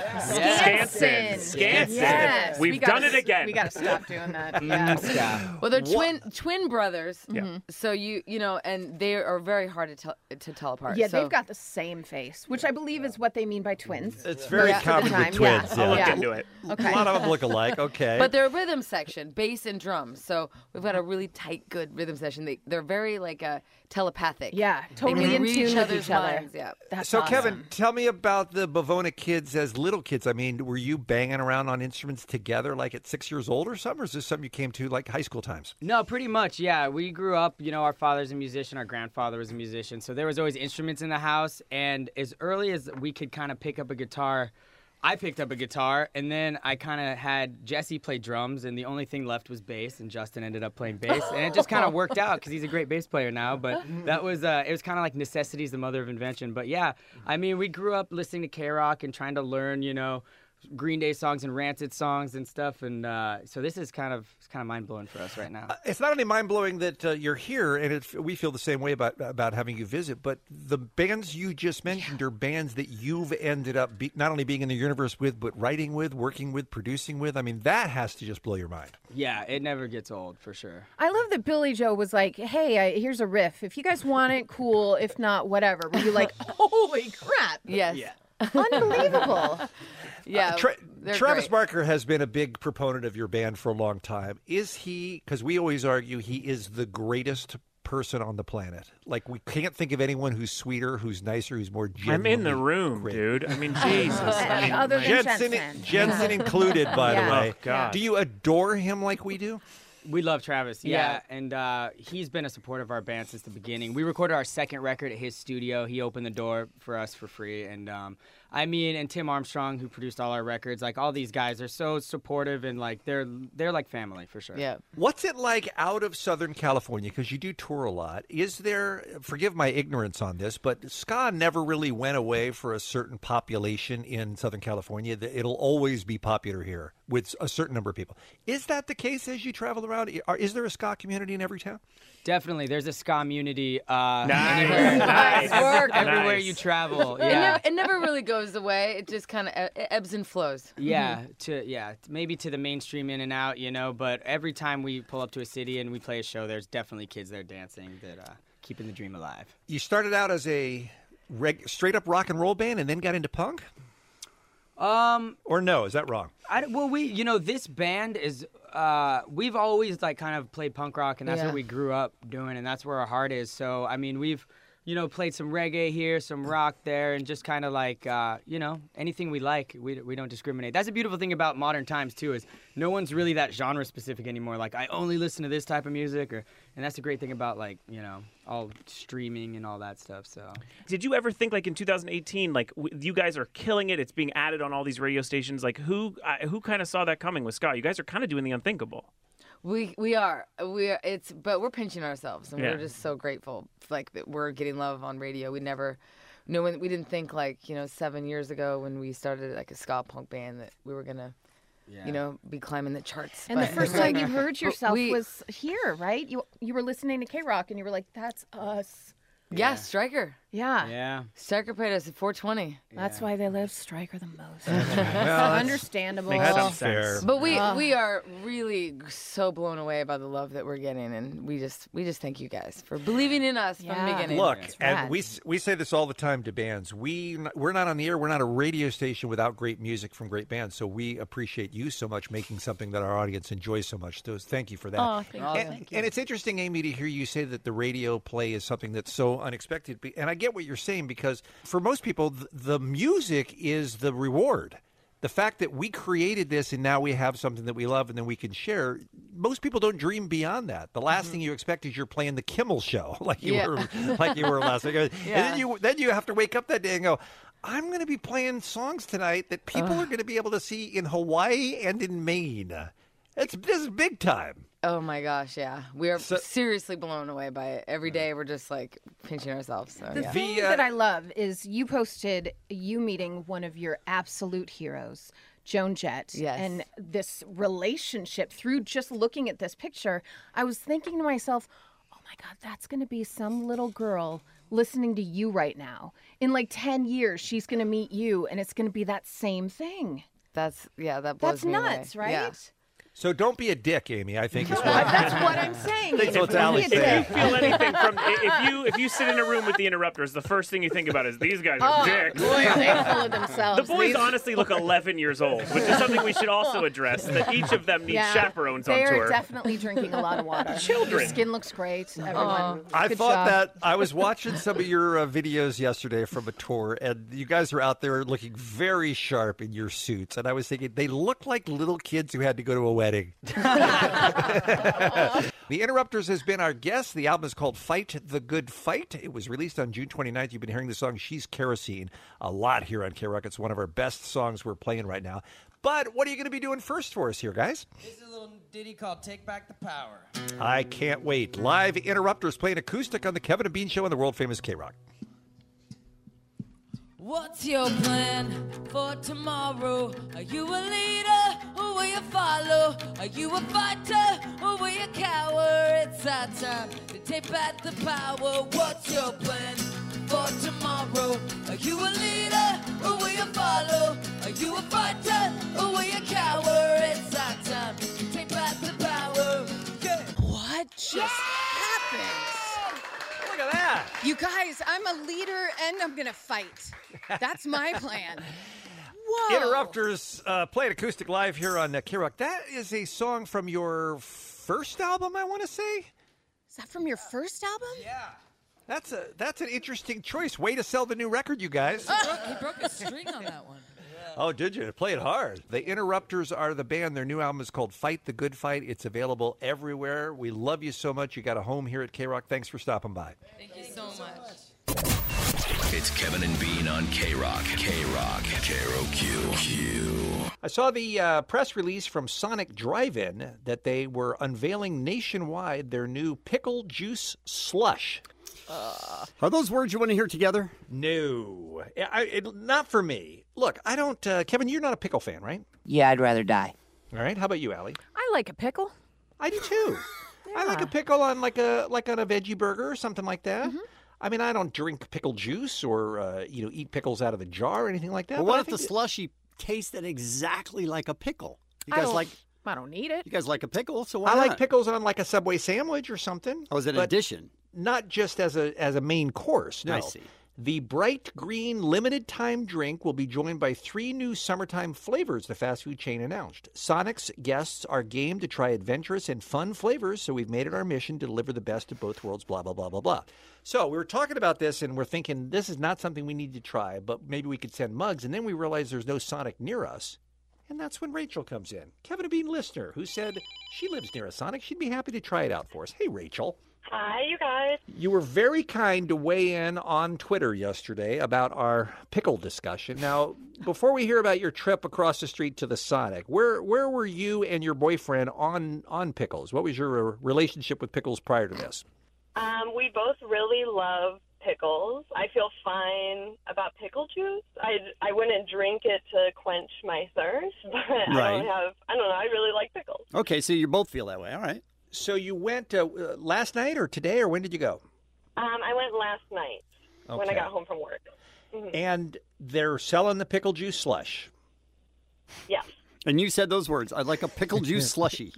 S18: Skansen. Skansen.
S16: Yes.
S18: We've
S16: We gotta
S18: done it
S16: s-
S18: again.
S16: We gotta stop doing that.
S18: Mm,
S16: Yeah.
S18: ska.
S16: well, they're
S18: What-
S16: twin twin brothers. Mm-hmm.
S18: Yeah.
S16: So you you know, and they are very hard to tell to tell apart.
S5: Yeah,
S16: so-
S5: they've got the same face, which I believe is what they mean by twins.
S4: It's very
S5: Most of the
S4: common with
S5: time,
S4: twins. Yeah.
S5: Yeah. yeah.
S16: Okay.
S4: A lot of them look alike. Okay.
S16: But they're a rhythm section, bass and drums. So we've got a really tight, good rhythm session. They, they're very like uh, telepathic.
S5: Yeah,
S16: They
S5: totally
S16: can
S5: in
S16: read
S5: tune
S16: each
S5: with
S16: other's
S5: each other.
S16: minds, Yeah.
S4: so Kevin, tell me about the Bavona kids as little kids. I mean, were you banging around on instruments together like at six years old or something? Or is this something you came to like high school times?
S19: No, pretty much. Yeah, we grew up. You know, our father's a musician. Our grandfather was a musician, so there was always instruments in the house. And as early as we could kind of pick up a guitar, I picked up a guitar, and then I kind of had Jesse play drums, and the only thing left was bass. And Justin ended up playing bass, and it just kind of worked out because he's a great bass player now. But that was uh, it was kind of like necessity is the mother of invention. But yeah, I mean, we grew up listening to K Rock and trying to learn. You know. Green Day songs and Rancid songs and stuff, and uh, so this is kind of it's kind of mind blowing for us right now.
S4: It's not only mind blowing that uh, you're here, and it, we feel the same way about about having you visit. But the bands you just mentioned are bands that you've ended up be, not only being in the universe with, but writing with, working with, producing with. I mean, that has to just blow your mind.
S19: Yeah, it never gets old for sure.
S5: I love that Billy Joe was like, "Hey, I, here's a riff. If you guys want it, cool. If not, whatever." Were you like, "Holy crap!"
S16: Yes.
S5: Unbelievable. Uh,
S16: Yeah.
S4: Uh, Tra-
S16: they're
S4: Travis
S16: great.
S4: Barker has been a big proponent of your band for a long time. Is he? Because we always argue he is the greatest person on the planet. Like we can't think of anyone who's sweeter, who's nicer, who's more.
S18: I'm
S4: Genuinely
S18: in the room, dude. I mean, Jesus. I mean,
S5: Other than
S18: like-
S5: Jensen.
S4: Jensen included, by
S18: Yeah.
S4: the way.
S18: Oh, God.
S4: Do you adore him like we do?
S19: We love Travis, yeah,
S4: Yeah.
S19: and uh, he's been a supporter of our band since the beginning. We recorded our second record at his studio. He opened the door for us for free, and um, I mean, and Tim Armstrong, who produced all our records, like all these guys are so supportive and like they're they're like family for sure.
S4: What's it like out of Southern California? Because you do tour a lot. Is there, forgive my ignorance on this, but ska never really went away for a certain population in Southern California. That It'll always be popular here with a certain number of people. Is that the case as you travel around? I- are- Is there a ska community in every town?
S19: definitely. There's a ska community. Uh,
S4: Nice.
S19: everywhere,
S4: Nice
S16: work.
S19: everywhere
S16: Nice.
S19: you travel.
S16: It,
S19: Yeah.
S16: never, it never really goes away. It just kind of ebbs and flows.
S19: Yeah,
S5: Mm-hmm.
S19: to yeah, t- maybe to the mainstream in and out, you know. But every time we pull up to a city and we play a show, there's definitely kids there dancing that uh, keeping the dream alive.
S4: You started out as a reg- straight up rock and roll band and then got into punk?
S19: Um,
S4: Or no, is that wrong?
S19: I d well, we you know this band is uh, we've always like kind of played punk rock, and that's
S9: Yeah.
S19: what we grew up doing, and that's where our heart is. So I mean, we've you know played some reggae here, some rock there, and just kind of like uh, you know anything we like, we we don't discriminate. That's a beautiful thing about modern times too, is no one's really that genre specific anymore. Like I only listen to this type of music, or and that's the great thing about like you know all streaming and all that stuff. So.
S18: Did you ever think, like in 2018, like w- you guys are killing it? It's being added on all these radio stations. Like who, I, who kind of saw that coming with Scott? You guys are kind of doing the unthinkable.
S16: We we are we are, it's but we're pinching ourselves and
S18: Yeah.
S16: we're just so grateful like that we're getting love on radio. We never no one we didn't think like you know seven years ago when we started like a ska punk band that we were gonna
S5: Yeah.
S16: you know be climbing the charts.
S5: And the
S16: but-
S5: first time you heard
S16: but
S5: yourself
S16: we-
S5: was here, right? You you were listening to K Rock and you were like, "That's us."
S16: yeah, Striker.
S5: Yeah.
S19: Yeah.
S16: Striker played us at 420.
S5: That's why they love Striker the most.
S16: that's-
S5: understandable.
S16: makes
S5: That's
S16: some
S4: fair.
S16: But we
S5: Ugh.
S16: we are really so blown away by the love that we're getting, and we just we just thank you guys for believing in us from the beginning.
S4: Look,
S16: It's rad.
S4: and we s- we say this all the time to bands. We n- we're not on the air. We're not a radio station without great music from great bands. So we appreciate you so much making something that our audience enjoys so much. So thank you for that.
S3: Aw, thank you.
S16: Oh,
S4: and,
S3: Thank you.
S4: and it's interesting, Amy, to hear you say that the radio play is something that's so unexpected. Be- And I get what you're saying because for most people, th- the music is the reward. The fact that we created this and now we have something that we love and then we can share, most people don't dream beyond that. The
S16: Mm-hmm.
S4: last thing you expect is you're playing the Kimmel show, like you
S3: Yeah.
S4: were like you were last week. And
S3: Yeah.
S4: then you then you have to wake up that day and go, I'm going to be playing songs tonight that people are going to be able to see in Hawaii and in Maine. It's this is big time.
S16: oh my gosh, yeah, we are seriously blown away by it. Every day we're just like pinching ourselves. So
S5: The
S16: yeah.
S5: thing that I love is you posted you meeting one of your absolute heroes, Joan Jett.
S16: Yes.
S5: And this relationship through just looking at this picture, I was thinking to myself, oh my God, that's going to be some little girl listening to you right now. In like 10 years, she's going to meet you and it's going to be that same thing.
S16: That's, yeah, that
S5: That's
S16: blows me away.
S5: nuts, right?
S16: Yeah.
S4: So don't be a dick, Amy. I think is what
S5: That's what I'm saying.
S4: That's what Ali's saying.
S18: If you feel anything from i- if you if you sit in a room with the interrupters, the first thing you think about is these guys are
S5: Oh,
S18: dicks.
S5: boy, are they full of themselves.
S18: The boys
S5: These-
S18: honestly look 11 years old, which is something we should also address. That each of them needs chaperones
S5: they
S18: on
S5: are
S18: tour.
S5: definitely drinking a lot of water. Children. Your skin looks great. Everyone.
S4: I
S5: good
S4: thought
S5: job.
S4: that I was watching some of your uh, videos yesterday from a tour, and you guys were out there looking very sharp in your suits, and I was thinking they look like little kids who had to go to a wedding. the Interrupters has been our guest. The album is called Fight the Good Fight. It was released on June 29th. You've been hearing the song She's Kerosene a lot here on K Rock. It's one of our best songs we're playing right now. But what are you going to be doing first for us here, guys?
S20: This is a little ditty called Take Back the Power.
S4: I can't wait. Live Interrupters playing acoustic on the Kevin and Bean Show on the world famous K Rock.
S21: What's your plan for tomorrow? Are you a leader or will you follow? Are you a fighter or will you cower? It's our time to take back the power. What's your plan for tomorrow? Are you a leader or will you follow? Are you a fighter or will you cower? It's our time to take back the power.
S5: What just happened?
S4: Look at that.
S5: You guys, I'm a leader and I'm going to fight. That's my plan. Whoa.
S4: Interrupters uh, played acoustic live here on uh, K Rock. That is a song from your first album, I want to say.
S5: Is that from your first album? Yeah.
S4: That's a that's an interesting choice. Way to sell the new record, you guys.
S21: he broke a string on that one.
S4: oh, did you play it hard? The Interrupters are the band. Their new album is called Fight the Good Fight. It's available everywhere. We love you so much. You got a home here at K Rock. Thanks for stopping by.
S21: Thank you so much.
S3: It's Kevin and Bean on K Rock. K Rock. K R O Q. Q.
S4: I saw the uh, press release from Sonic Drive In that they were unveiling nationwide their new pickle juice slush.
S7: Are those words you want to hear together?
S4: No, I, it, not for me. Look, I don't. Uh, Kevin, you're not a pickle fan, right?
S20: Yeah, I'd rather die.
S4: All right. How about you, Allie?
S5: I like a pickle.
S4: I do too. I like a pickle on like a like on a veggie burger or something like that.
S20: Mm-hmm.
S4: I mean, I don't drink pickle juice or uh, you know eat pickles out of the jar or anything like that.
S7: well,
S4: but
S7: what
S4: I
S7: if the
S4: think-
S7: slushy tasted exactly like a pickle? You
S4: I
S7: guys
S4: don't-
S7: like
S5: I don't need it.
S7: you guys like a pickle, so why
S4: I like
S7: not?
S4: pickles on like a Subway sandwich or something.
S7: Oh, is it an
S4: but
S7: addition?
S4: Not just as a as a main course. No.
S7: I see.
S4: The bright green limited time drink will be joined by three new summertime flavors, the fast food chain announced. Sonic's guests are game to try adventurous and fun flavors, so we've made it our mission to deliver the best of both worlds, blah, blah, blah, blah, blah. So we were talking about this and we're thinking this is not something we need to try, but maybe we could send mugs. And then we realized there's no Sonic near us. And that's when Rachel comes in. Kevin Bean listener who said she lives near a Sonic. She'd be happy to try it out for us. Hey, Rachel.
S22: Hi, you guys.
S4: You were very kind to weigh in on Twitter yesterday about our pickle discussion. Now, before we hear about your trip across the street to the Sonic, where where were you and your boyfriend on on pickles? What was your uh, relationship with pickles prior to this?
S22: Um, we both really love pickles. I feel fine about pickle juice. I, I wouldn't drink it to quench my thirst, but I
S7: Right.
S22: don't have. I don't know. I really like pickles.
S7: Okay, so you both feel that way. All right.
S4: So you went uh, uh, last night or today or when did you go?
S22: Um, I went last night. when I
S4: Okay.
S22: got home from work. Mhm.
S4: And they're selling the pickle juice slush.
S22: yeah,
S7: And you said those words. I'd like a pickle juice slushy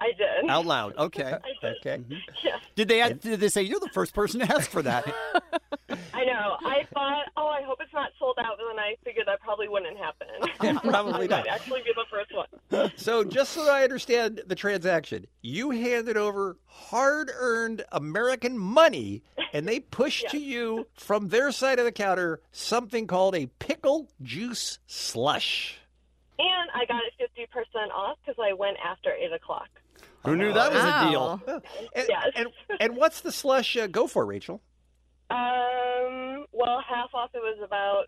S22: I did.
S7: out loud. Okay. Mm-hmm.
S22: I did.
S4: Okay.
S22: Yeah.
S7: Did they add, did they say you're the first person to ask for that?
S22: I know. I thought, oh, I hope it's not sold out, but then I figured that probably wouldn't happen.
S4: Probably
S22: I might
S4: not.
S22: actually be the first one.
S4: so just so that I understand the transaction, you handed over hard-earned American money, and they pushed to you from their side of the counter something called a pickle juice slush.
S22: And I got it 50% off because I went after 8 o'clock.
S4: Who
S7: knew that was a deal?
S4: And, and, and what's the slush uh, go for, Rachel?
S22: Um, well, half off it was about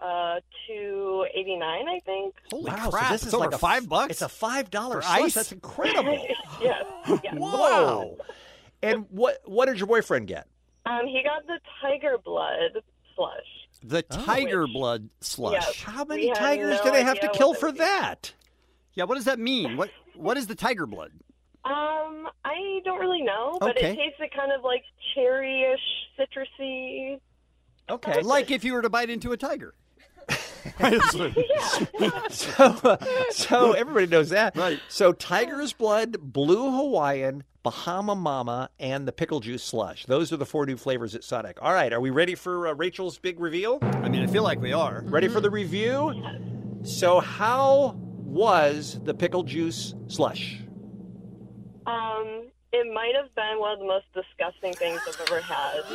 S22: uh, 289 I think.
S4: Holy
S7: Wow, so
S4: crap!
S7: this is
S4: like
S7: over
S4: a f-
S7: five bucks?
S4: It's a five dollar
S7: For
S4: slush.
S7: ice?
S4: That's incredible.
S22: yes. yes.
S4: Whoa! And what what did your boyfriend get?
S22: Um, he got the tiger blood slush.
S7: The tiger blood slush.
S22: Yes.
S4: How
S22: many We had tigers no do they have to idea kill what
S7: for
S4: that?
S7: Yeah, what does that mean? What what is the tiger blood?
S22: Um, I don't really know, but
S7: Okay.
S22: it tasted kind of like cherry-ish, citrusy.
S4: Okay.
S7: Like if you were to bite into a tiger. uh,
S4: so, so everybody knows that. Right. So Tiger's Blood, Blue Hawaiian, Bahama Mama, and the pickle juice slush. Those are the four new flavors at Sonic. All right, are we ready for uh, Rachel's big reveal? I
S7: mean, I feel like we are.
S4: Ready for the review? So how was the pickle juice slush?
S22: Um, it might have been one of the most disgusting things I've ever had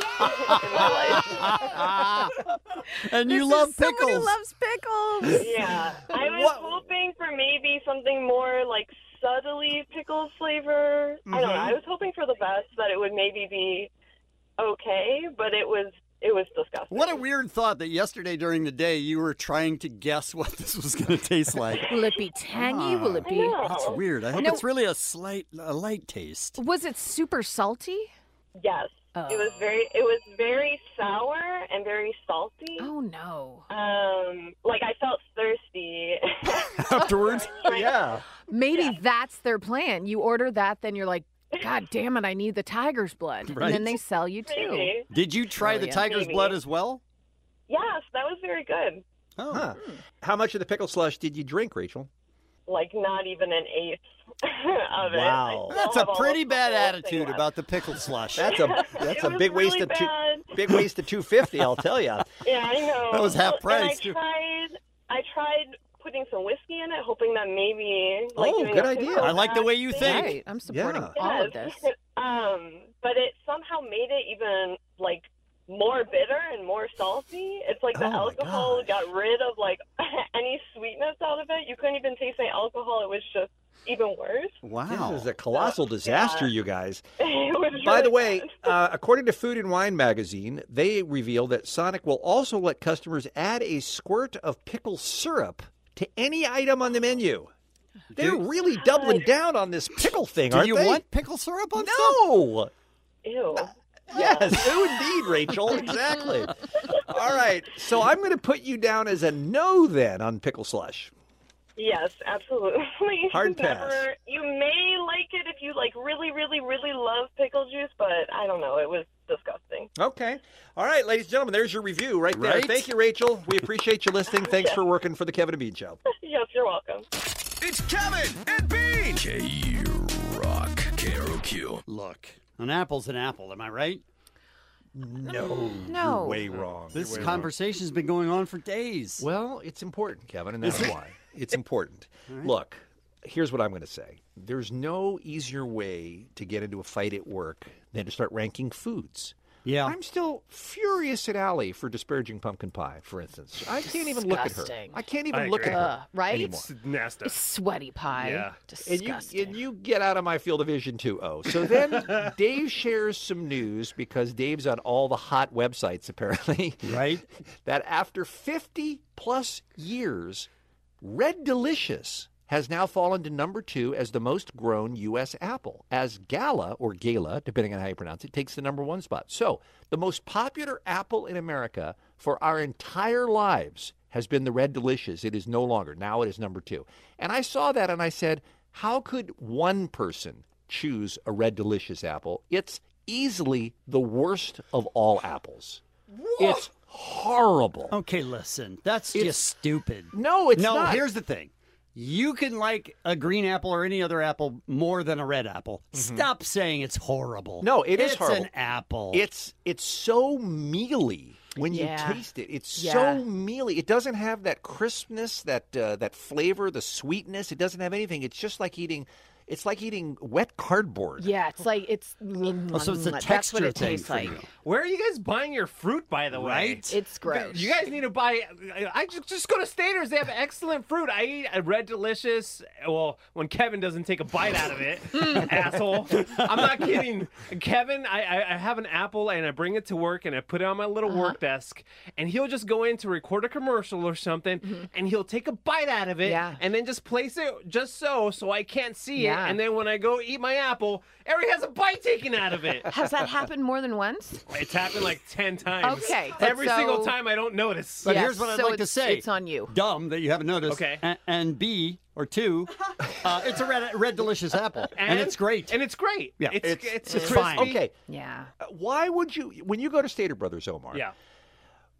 S22: in my life.
S7: and you love pickles.
S5: pickles.
S22: yeah, I was
S7: What-
S22: hoping for maybe something more like subtly pickles flavor. I don't know.
S7: Mhm.
S22: I was hoping for the best that it would maybe be okay, but it was it was disgusting.
S7: What a weird thought that yesterday during the day you were trying to guess what this was going to taste like.
S5: Will it be tangy? Will it be?
S7: Ah. That's weird. I hope
S5: Now,
S7: it's really a slight, a light taste.
S5: Was it super salty? Oh.
S22: Yes. It was very it was very sour and very salty.
S5: Oh no.
S22: Um like I felt thirsty.
S7: Afterwards?
S4: yeah.
S5: Maybe that's their plan. You order that, then you're like, God damn it, I need the tiger's blood.
S7: Right.
S5: And then they sell you two.
S22: Maybe.
S7: Did you try the
S5: Brilliant.
S7: tiger's
S22: Maybe.
S7: blood as well?
S22: Yes, that was very good.
S7: Oh.
S4: Huh. How much of the pickle slush did you drink, Rachel?
S22: Like not even an eighth
S4: Wow.
S22: of it. I still
S7: That's a
S22: have almost
S7: pretty
S22: the
S7: bad
S22: whole thing
S7: attitude
S22: left.
S7: about the pickle slush.
S4: That's a that's
S22: It
S4: a
S22: was
S4: big waste
S22: really
S4: of two
S22: bad.
S4: big waste of two fifty, I'll tell you.
S22: Yeah, I know.
S7: That was half
S22: Well, and
S7: price, too.
S22: I tried I tried putting some whiskey in it, hoping that maybe like
S7: Oh,
S22: doing
S7: good
S22: a
S7: idea.
S22: pickle
S7: I like the way you
S22: back
S7: think.
S22: thing.
S5: Right. I'm supporting
S7: Yeah.
S5: all of
S22: Yes.
S5: this.
S22: um, but it somehow made it even like more bitter and more salty. It's like the
S7: Oh, my
S22: alcohol got rid of like any sweetness out of it. You couldn't even taste any alcohol. It was just even worse.
S7: Wow.
S4: This is a colossal disaster, you guys.
S22: It was
S4: By
S22: really
S4: the way, uh, according to Food and Wine magazine, they reveal that Sonic will also let customers add a squirt of pickle syrup to any item on the menu. They're really doubling down on this pickle thing,
S7: Do
S4: aren't
S7: you
S4: they?
S7: want pickle syrup on stuff?
S4: no.
S22: ew.
S4: Yes, who indeed, Rachel? Exactly. All right, so I'm going to put you down as a no then on pickle slush.
S22: Yes, absolutely.
S4: Hard pass.
S22: Never- you may like it if you like really, really, really love pickle juice, but I don't know. It was disgusting.
S4: Okay. All right, ladies and gentlemen, there's your review right there.
S7: Right?
S4: Thank you, Rachel. We appreciate you listening. Thanks for working for the Kevin and Bean Show.
S22: yes, you're welcome.
S6: It's Kevin and Bean.
S3: K Rock. K R O Q.
S7: Look, an apple's an apple, am I right?
S4: No.
S5: No.
S4: way wrong.
S7: This conversation has been going on for days.
S4: Well, it's important, Kevin, and that's why. It's important.
S7: right.
S4: Look, here's what I'm going to say there's no easier way to get into a fight at work than to start ranking foods.
S7: Yeah.
S4: I'm still furious at Allie for disparaging pumpkin pie, for instance. I can't even look at her.
S5: Disgusting.
S4: I can't even
S5: I
S4: look at
S5: agree.
S4: her.
S5: Ugh, right?
S4: Anymore.
S18: nasty.
S5: It's sweaty pie.
S18: Yeah.
S4: And
S5: Disgusting.
S4: you, and you get out of my field of vision too, oh. So then Dave shares some news because Dave's on all the hot websites apparently.
S7: Right?
S4: that after 50 plus years, Red Delicious has now fallen to number two as the most grown U.S. apple, as Gala or Gala, depending on how you pronounce it, takes the number one spot. So the most popular apple in America for our entire lives has been the Red Delicious. It is no longer. Now it is number two. And I saw that and I said, how could one person choose a Red Delicious apple? It's easily the worst of all apples. It's horrible.
S7: Okay, listen. That's just stupid.
S4: No, it's
S7: no,
S4: not.
S7: here's the thing. You can like a green apple or any other apple more than a red apple. Stop saying it's horrible.
S4: Mhm. Mm-hmm. No, it is
S7: It's
S4: horrible.
S7: an apple.
S4: It's it's so mealy when
S7: Yeah.
S4: you taste it. It's
S7: Yeah.
S4: so mealy. It doesn't have that crispness, that uh, that flavor, the sweetness. It doesn't have anything. It's just like eating. It's like eating wet cardboard.
S5: Yeah, it's like it's.
S4: so it's a
S5: That's what
S4: texture
S5: it
S4: thing
S5: tastes
S4: for
S5: like.
S4: you.
S6: Where are you guys buying your fruit, by the way?
S5: Right? It's gross.
S6: You guys need to buy. I just, just go to Stater's. They have excellent fruit. I eat a Red Delicious. Well, when Kevin doesn't take a bite out of it,
S5: Hmm.
S6: asshole. I'm not kidding. Kevin, I, I, I have an apple and I bring it to work and I put it on my little
S5: Uh-huh.
S6: work desk. And he'll just go in to record a commercial or something and he'll take a bite out of it
S5: Mm-hmm. Yeah.
S6: and then just place it just so, so I can't see
S5: Yeah.
S6: it. And then when I go eat my apple, Eric has a bite taken out of it.
S5: Has that happened more than once?
S6: It's happened like 10 times.
S5: Okay, but
S6: Every
S5: so-
S6: single time I don't notice.
S7: But here's what I'd like to say.
S5: you.
S7: Dumb that you haven't noticed.
S6: Okay.
S7: A- And, B or two, uh, it's a red, red delicious apple, and, it's great.
S6: And it's great.
S7: Yeah,
S4: It's-
S7: it's
S4: it's
S7: it's
S4: crispy.
S7: fine.
S4: Okay.
S5: Yeah.
S4: Why would you, when you go to Stater Brothers, Omar?
S6: Yeah.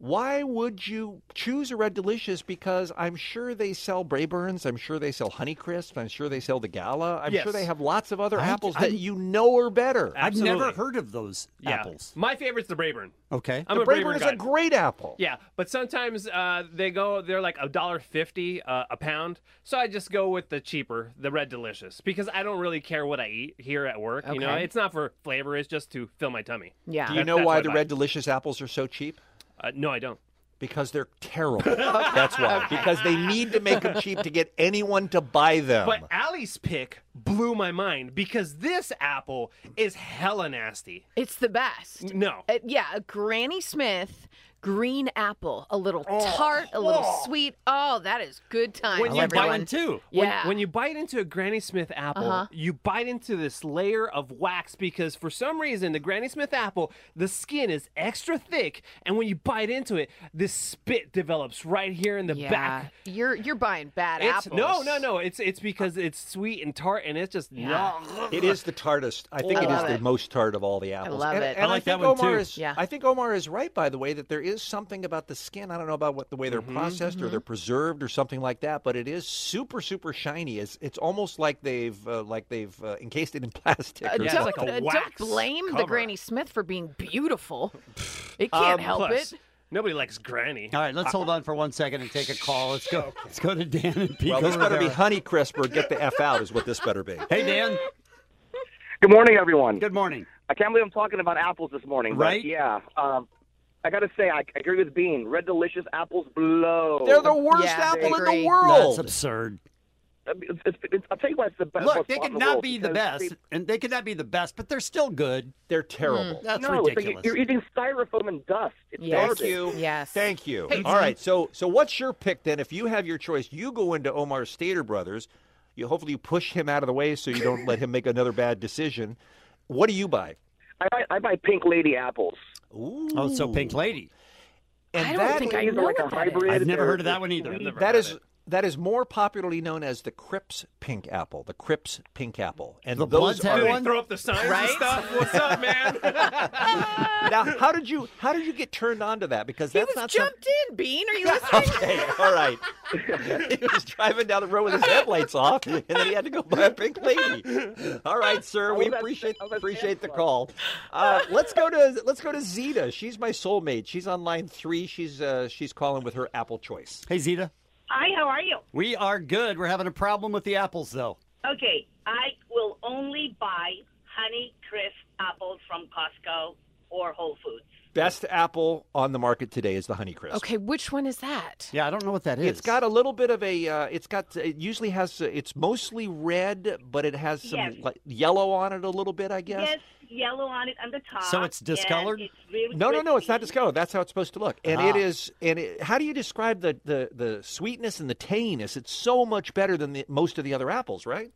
S4: Why would you choose a Red Delicious? Because I'm sure they sell Brayburns. I'm sure they sell Honeycrisp. I'm sure they sell the Gala. I'm
S6: Yes.
S4: sure they have lots of other
S6: I-
S4: apples
S6: I-
S4: that you know are better.
S6: Absolutely.
S7: heard of those
S6: Yeah. My favorite's the Brayburn.
S7: Okay.
S6: I'm
S4: the
S6: a Braeburn
S4: Brayburn is
S6: guy.
S4: a great apple.
S6: Yeah, but sometimes uh, they go, they're like a dollar fifty uh, a pound. So I just go with the cheaper, the Red Delicious, because I don't really care what I eat here at work. You know,
S4: Okay.
S6: it's not for flavor; it's just to fill my tummy.
S4: Do you know why the Red Delicious apples are so cheap?
S6: Uh, no, I don't.
S4: Because they're terrible. That's why. Because they need to make them cheap to get anyone to buy them.
S6: But Allie's pick blew my mind because this apple is hella nasty.
S5: It's the best.
S6: No.
S5: Uh, yeah, a Granny Smith green apple, a little tart, a little
S6: oh.
S5: sweet. Oh, that is good time.
S6: When you
S5: everyone.
S6: bite
S7: too.
S6: When,
S5: Yeah.
S6: when you bite into a Granny Smith apple,
S5: Uh-huh.
S6: you bite into this layer of wax because for some reason the Granny Smith apple, the skin is extra thick, and when you bite into it, this spit develops right here in the
S5: yeah.
S6: back.
S5: You're you're buying bad
S6: It's
S5: apples.
S6: no, no, no. It's it's because it's sweet and tart, and it's just
S5: Yeah.
S4: It is the tartest. I think
S6: I
S4: it is
S6: love
S4: the
S6: it.
S4: most tart of all the apples.
S6: love
S4: And-
S6: it.
S4: and
S6: I like that
S4: think
S6: one,
S4: Omar
S6: too.
S4: Is,
S6: Yeah.
S4: I think Omar is right, by the way, that there is something about the skin. I don't know about what the way
S3: Mm-hmm,
S4: they're processed or
S6: mhm.
S4: they're preserved or something like that, but it is super, super shiny. It's, it's almost like they've uh, like they've uh, encased it in plastic.
S5: Uh,
S4: or
S5: don't,
S4: something.
S5: uh, don't blame the Granny Smith for being beautiful. it
S7: Um,
S5: can't help
S7: plus-
S5: it.
S6: Nobody likes Granny.
S7: All right, let's hold on for one second and take a call. Let's go. Let's go to Dan and Pete.
S4: Well, this better be
S7: Rivera.
S4: Honeycrisp or get the F out is what this better be.
S7: Hey, Dan.
S3: Good morning, everyone.
S7: Good morning.
S3: I can't believe I'm talking about apples this morning. but
S7: Right?
S3: yeah. Um, I gotta say, I, I agree with Bean. Red Delicious apples blow.
S7: They're the worst Yeah, apple I in the agree. world. That's absurd.
S3: It's, it's, it's, I'll tell you why it's the best.
S7: Look,
S3: most
S7: they
S3: spot in
S7: could
S3: the
S7: not
S3: world
S7: be the
S3: because
S7: best,
S3: they-
S7: and they could not be the best, but they're still good. Hmm.
S4: They're terrible.
S7: That's
S3: no, it's like
S7: ridiculous.
S3: you're eating styrofoam and dust. It's
S4: Thank
S3: garbage.
S4: you.
S5: Yes.
S4: Thank you.
S3: Hey,
S4: All right. So so what's your pick then? If you have your choice, you go into Omar Stater Brothers. You hopefully you push him out of the way so you don't let him make another bad decision. What do you buy?
S3: I buy, I buy Pink Lady apples.
S4: Ooh.
S7: Oh, so Pink Lady.
S4: And
S3: I don't
S4: that
S3: think I
S4: is-
S3: know Like a what that is. hybrid
S7: I've never
S3: or-
S7: heard of that one either.
S4: That is that is more popularly known as the Crips Pink Apple. The Crips Pink Apple. And
S7: The
S4: those
S7: Bloods had
S4: are
S7: one?
S6: Throw up the signs and stuff. What's up, man?
S4: now how did you how did you get turned on to that? Because
S5: He
S4: that's
S5: was
S4: not some-
S5: jumped in, Bean. Are you listening?
S4: Okay, all right. he was driving down the road with his headlights off, and then he had to go buy a pink lady. All right, sir. We appreciate appreciate the call. Uh, let's go to let's go to Zita. She's my soulmate. She's on line three. She's uh, she's calling with her apple choice.
S7: Hey, Zita.
S23: Hi, how are you?
S7: We are good. We're having a problem with the apples, though.
S23: Okay, I will only buy honey crisp apples from Costco or Whole Foods.
S4: Best apple on the market today is the Honeycrisp.
S5: Okay, which one is that?
S7: Yeah, I don't know what that is.
S4: It's got a little bit of a. Uh, it's got. It usually has. Uh, it's mostly red, but it has some
S23: Yes.
S4: like, yellow on it a little bit. I guess.
S23: Yes, yellow on it on the top.
S4: So it's
S23: and
S4: discolored?
S23: It's really
S4: No, no,
S23: crisp.
S4: no! It's not discolored. That's how it's supposed to look, and it
S23: Ah.
S4: is. And it, how do you describe the, the the sweetness and the tanginess? It's so much better than the, most of the other apples, right?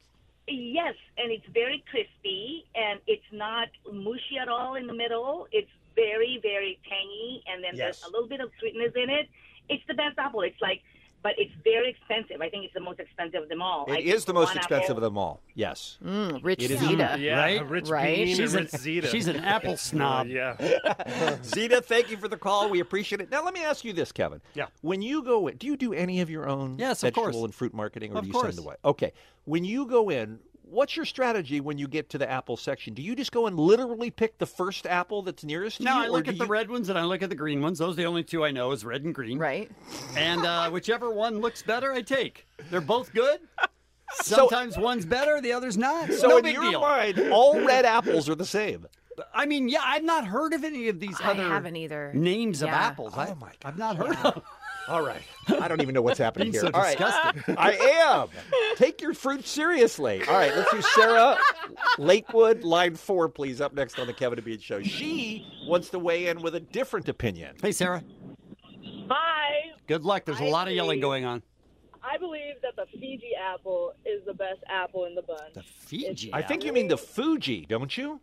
S23: Yes, and it's very crispy, and it's not mushy at all in the middle. It's very, very tangy, and then
S4: Yes.
S23: there's a little bit of sweetness in it. It's the best apple. It's like but it's very expensive. I think it's the most expensive of them all. I
S4: It
S23: think
S4: is the most
S23: one
S4: expensive
S23: apple-
S4: of them all. Yes.
S5: Mm, Rich
S4: It is-
S5: Zeta.
S4: Yeah,
S5: right?
S4: Rich
S5: right?
S4: Bean and She's Rich an- Zeta. she's an apple snob. Zita, thank you for the call. We appreciate it. Now, let me ask you this, Kevin. Yeah. When you go in, do you do any of your own
S6: Yes, of
S4: vegetable
S6: course.
S4: and fruit marketing, or
S6: Of
S4: do you
S6: course.
S4: send away? Okay. When you go in, what's your strategy when you get to the apple section? Do you just go and literally pick the first apple that's nearest to
S7: No,
S4: you?
S7: I
S4: or
S7: look
S4: do
S7: at the
S4: you-
S7: red ones and I look at the green ones. Those are the only two I know is red and green.
S5: Right.
S7: And uh, whichever one looks better, I take. They're both good. Sometimes one's better, the other's not.
S4: So
S7: no
S4: in
S7: big
S4: your
S7: deal.
S4: mind, all red apples are the same.
S7: I mean, yeah, I've not heard of any of these
S5: I
S7: other
S5: haven't either.
S7: names of
S5: Yeah.
S7: apples. I,
S4: Oh my
S7: God. I've not heard of them.
S4: All right. I don't even know what's happening
S7: Being
S4: here.
S7: so
S4: All right.
S7: disgusting.
S4: I am. Take your fruit seriously. All right, let's do Sarah Lakewood, line four, please, up next on the Kevin and Bean Show. She wants to weigh in with a different opinion.
S7: Hey, Sarah.
S17: Hi.
S7: Good luck. There's a
S17: I
S7: lot of yelling
S17: believe-
S7: going on.
S17: I believe that the Fiji apple is the best apple in the bunch.
S7: Fiji.
S4: I think you mean the Fuji, don't you?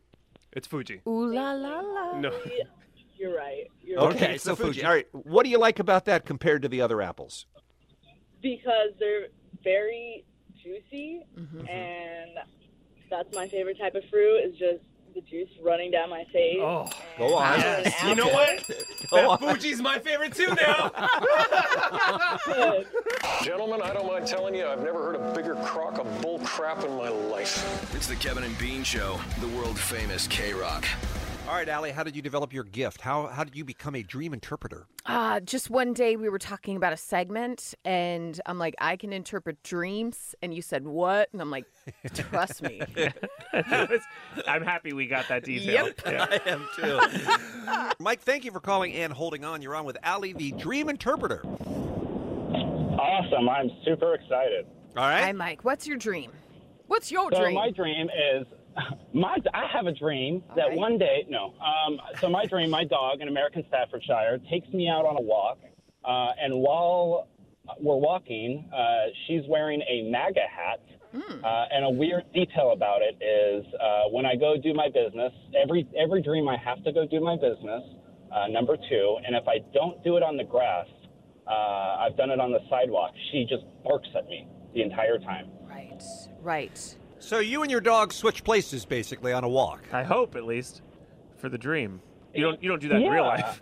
S4: It's Fuji.
S5: Ooh la la la.
S17: No. You're right. You're
S4: Okay,
S17: right.
S4: so Fuji. All right, what do you like about that compared to the other apples?
S17: Because they're very juicy,
S5: Mm-hmm.
S17: and that's my favorite type of fruit. Is just the juice running down my face.
S4: Oh. Go on.
S17: Yes.
S3: You know what?
S4: Go
S3: That Fuji's my favorite too now.
S2: Gentlemen, I don't mind telling you, I've never heard a bigger crock of bull crap in my life.
S24: It's the Kevin and Bean Show, the world famous K Rock.
S4: All right, Allie, how did you develop your gift? How, how did you become a dream interpreter?
S5: Uh, just one day we were talking about a segment, and I'm like, I can interpret dreams. And you said, What? And I'm like, Trust me.
S18: I'm happy we got that detail.
S4: Yep. I am too. Mike, thank you for calling and holding on. You're on with Allie, the dream interpreter.
S25: Awesome. I'm super excited.
S4: All right.
S5: Hi, Mike. What's your dream? What's your
S25: so
S5: dream?
S25: my dream is my I have a dream that one day no. Um, so my dream, my dog, an American Staffordshire, takes me out on a walk, uh, and while we're walking, uh, she's wearing a MAGA hat.
S5: Hmm.
S25: Uh, and a weird detail about it is uh, when I go do my business, every every dream I have to go do my business. Uh, number two, and if I don't do it on the grass, uh, I've done it on the sidewalk. She just barks at me the entire time.
S5: Right. Right.
S4: So you and your dog switch places basically on a walk.
S18: I hope at least for the dream. You don't you don't do that in real life.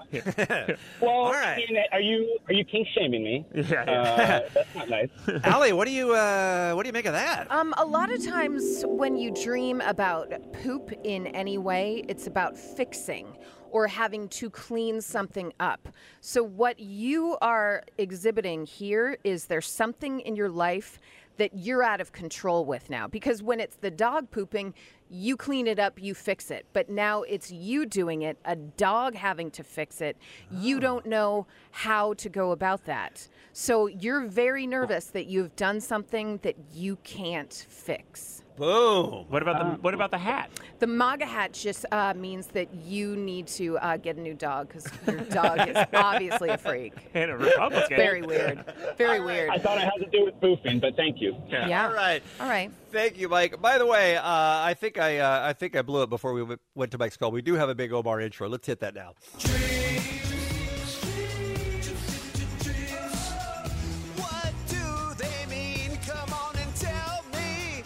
S25: Well, I mean, are you are you kink shaming me?
S18: Yeah,
S25: Uh, that's not nice.
S4: Allie, what do you uh, what do you make of that?
S5: Um, a lot of times when you dream about poop in any way, it's about fixing or having to clean something up. So, what you are exhibiting here is there's something in your life that you're out of control with now. Because when it's the dog pooping, you clean it up, you fix it. But now it's you doing it, a dog having to fix it. You don't know how to go about that. So you're very nervous that you've done something that you can't fix.
S4: Boom.
S18: What about
S25: Um,
S18: the what about the hat?
S5: The MAGA hat just uh, means that you need to uh, get a new dog because your dog is obviously a freak.
S18: And a Republican.
S5: Very weird. Very weird.
S25: I thought it had to do with boofing, but thank you.
S5: Yeah.
S4: All right.
S5: All right.
S4: Thank you, Mike. By the way, uh, I think I uh, I think I blew it before we w- went to Mike's call. We do have a big Omar intro. Let's hit that now.
S3: What do they mean? Come on and tell me.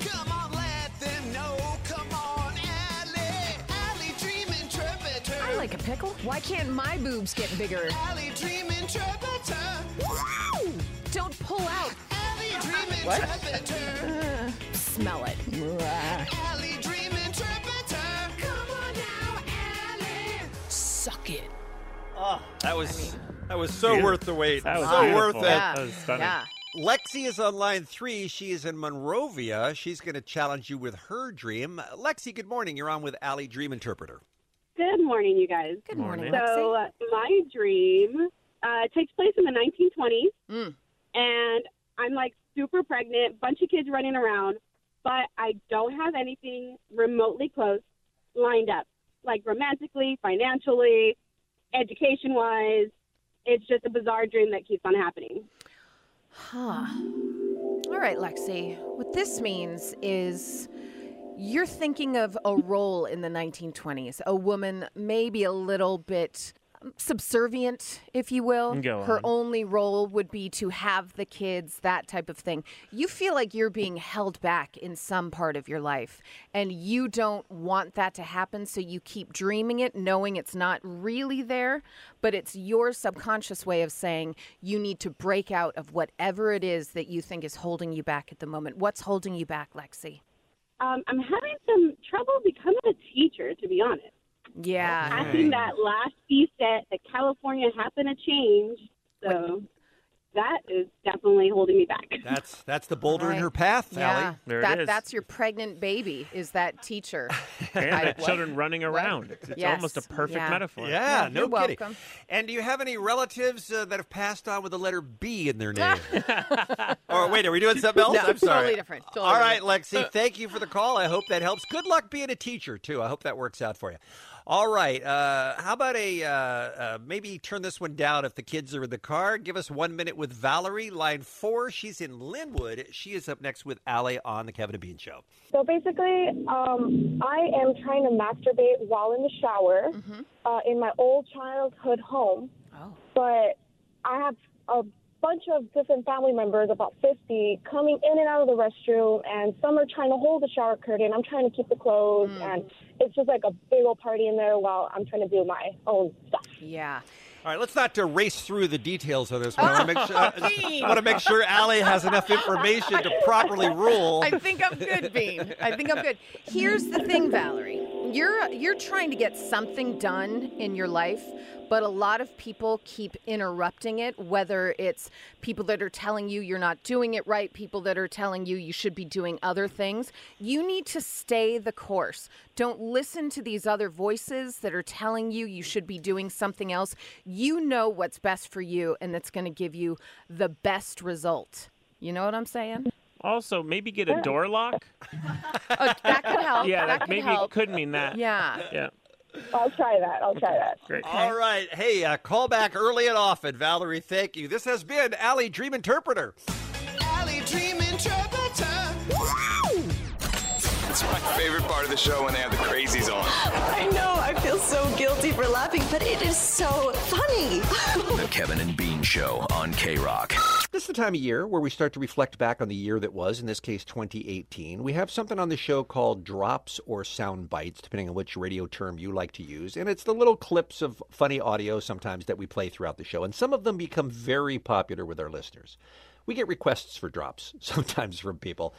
S3: Come on, let them know. Come on, Allie. Allie, dream interpreter.
S5: I like a pickle. Why can't my boobs get bigger?
S3: Allie, dream interpreter.
S5: Woo! Don't pull out.
S3: Allie, dream
S5: What?
S3: interpreter.
S5: Uh, smell it.
S3: Allie, dream interpreter. Come on now, Allie.
S5: Suck it.
S4: That was that was so
S18: Beautiful.
S4: worth the wait.
S18: That was
S4: so
S18: beautiful.
S4: worth it.
S18: Yeah. That was stunning. Yeah.
S4: Lexi is on line three. She is in Monrovia. She's going to challenge you with her dream. Lexi, good morning. You're on with Allie, dream interpreter.
S17: Good morning, you guys. Good
S4: morning,
S17: So, uh, my dream uh, takes place in the 1920s, and I'm like super pregnant, bunch of kids running around, but I don't have anything remotely close lined up, like romantically, financially, education wise. It's just a bizarre dream that keeps on happening.
S5: Huh. All right, Lexi. What this means is you're thinking of a role in the 1920s, a woman maybe a little bit subservient, if you will.
S18: Go
S5: Her
S18: on.
S5: only role would be to have the kids, that type of thing. You feel like you're being held back in some part of your life, and you don't want that to happen, so you keep dreaming it, knowing it's not really there, but it's your subconscious way of saying you need to break out of whatever it is that you think is holding you back at the moment. What's holding you back, Lexi?
S17: Um, I'm having some trouble becoming a teacher, to be honest.
S5: Yeah.
S17: Passing that last fee set that California happened to change, so that is definitely holding me back.
S26: That's that's the boulder in
S5: Right.
S26: her path, Allie.
S5: that, That's your pregnant baby, is that teacher.
S18: And
S5: I-
S18: the children running around. It's
S5: Yes.
S18: almost a perfect
S5: Yeah.
S18: metaphor.
S26: Yeah, no
S5: You're
S26: kidding.
S5: welcome.
S26: And do you have any relatives uh, that have passed on with the letter B in their name? or wait, are we doing something else?
S5: No,
S26: I'm sorry.
S5: totally different, totally
S26: All right,
S5: different.
S26: Lexi, thank you for the call. I hope that helps. Good luck being a teacher too. I hope that works out for you. All right, uh, how about a uh, uh, maybe turn this one down if the kids are in the car. Give us one minute with Valerie, line four. She's in Linwood. She is up next with Allie on the Kevin and Bean Show.
S13: So basically, um, I am trying to masturbate while in the shower
S5: Mm-hmm.
S13: uh, in my old childhood home.
S5: Oh.
S13: But I have a bunch of different family members, about 50, coming in and out of the restroom, and some are trying to hold the shower curtain. I'm trying to keep it closed,
S5: Mm.
S13: and it's just like a big old party in there while I'm trying to do my own stuff.
S5: Yeah.
S26: All right, let's not uh, race through the details of this one. I want to make sure,
S5: Gene.
S26: I want to make sure Allie has enough information to properly rule.
S5: I think I'm good, Bean. I think I'm good. Here's the thing, Valerie. You're you're trying to get something done in your life, but a lot of people keep interrupting it, whether it's people that are telling you you're not doing it right, people that are telling you you should be doing other things. You need to stay the course. Don't listen to these other voices that are telling you you should be doing something else. You know what's best for you and that's going to give you the best result. You know what I'm saying?
S18: Also, maybe get a door lock.
S5: That could help.
S18: yeah,
S5: that, could
S18: maybe
S5: help.
S18: it could mean that.
S5: Yeah.
S18: Yeah.
S13: I'll try that. I'll try that.
S18: Great.
S26: All right. Hey, uh, call back early and often, Valerie. Thank you. This has been Allie Dream Interpreter.
S3: Alley Dream Interpreter.
S27: It's my favorite part of the show when they have the crazies on.
S22: I know, I feel so guilty for laughing, but it is so funny.
S3: The Kevin and Bean Show on K Rock.
S4: This is the time of year where we start to reflect back on the year that was, in this case 2018. We have something on the show called drops or sound bites, depending on which radio term you like to use. And it's the little clips of funny audio sometimes that we play throughout the show. And some of them become very popular with our listeners. We get requests for drops sometimes from people.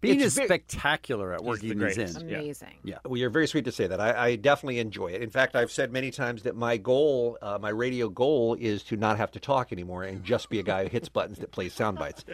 S7: Bean is
S4: spectacular at
S7: working these greatest. in. Yeah.
S5: Amazing.
S4: Yeah, well, you're very sweet to say that. I, I definitely enjoy it. In fact, I've said many times that my goal, uh, my radio goal, is to not have to talk anymore and just be a guy who hits buttons that plays sound bites.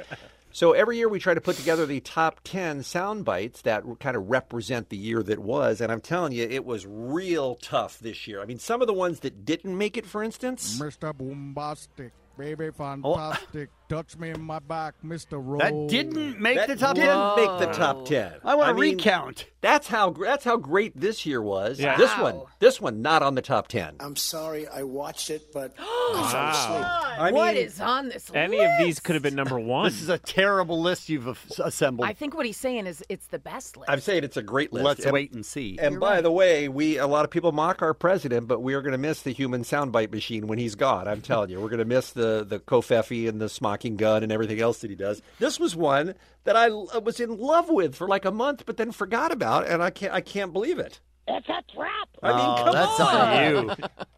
S4: So every year we try to put together the top 10 sound bites that kind of represent the year that was. And I'm telling you, it was real tough this year. I mean, some of the ones that didn't make it, for instance.
S9: Mr. Boombastic, baby
S7: Oh.
S9: fantastic, touch me in my back, Mr. Roll.
S4: That didn't make
S9: the top
S4: didn't
S9: 10?
S4: make the top ten.
S9: Oh. I wanna
S4: mean,
S9: recount.
S4: That's how gr- that's how great this year was.
S9: Yeah.
S4: This
S9: Wow.
S4: one, this one, not on the top ten.
S28: I'm sorry, I watched it, but
S4: I fell asleep.
S7: I
S5: what
S7: mean,
S5: is on this
S7: Any
S5: list?
S7: of these could have been number one. This is a terrible list you've as- assembled.
S5: I think what he's saying is it's the best list.
S4: I'm saying it's a great list.
S7: Let's
S4: And-
S7: wait and see.
S4: And by the way, we a lot of people mock our president, but we are going to miss the human soundbite machine when he's gone. I'm telling you, we're going to miss the the Kofefi and the smocking gun and everything else that he does. This was one that I l- was in love with for like a month, but then forgot about, and I can't I can't believe it.
S3: It's a trap.
S4: I mean,
S7: Oh,
S4: come
S7: that's on
S4: on,
S7: you.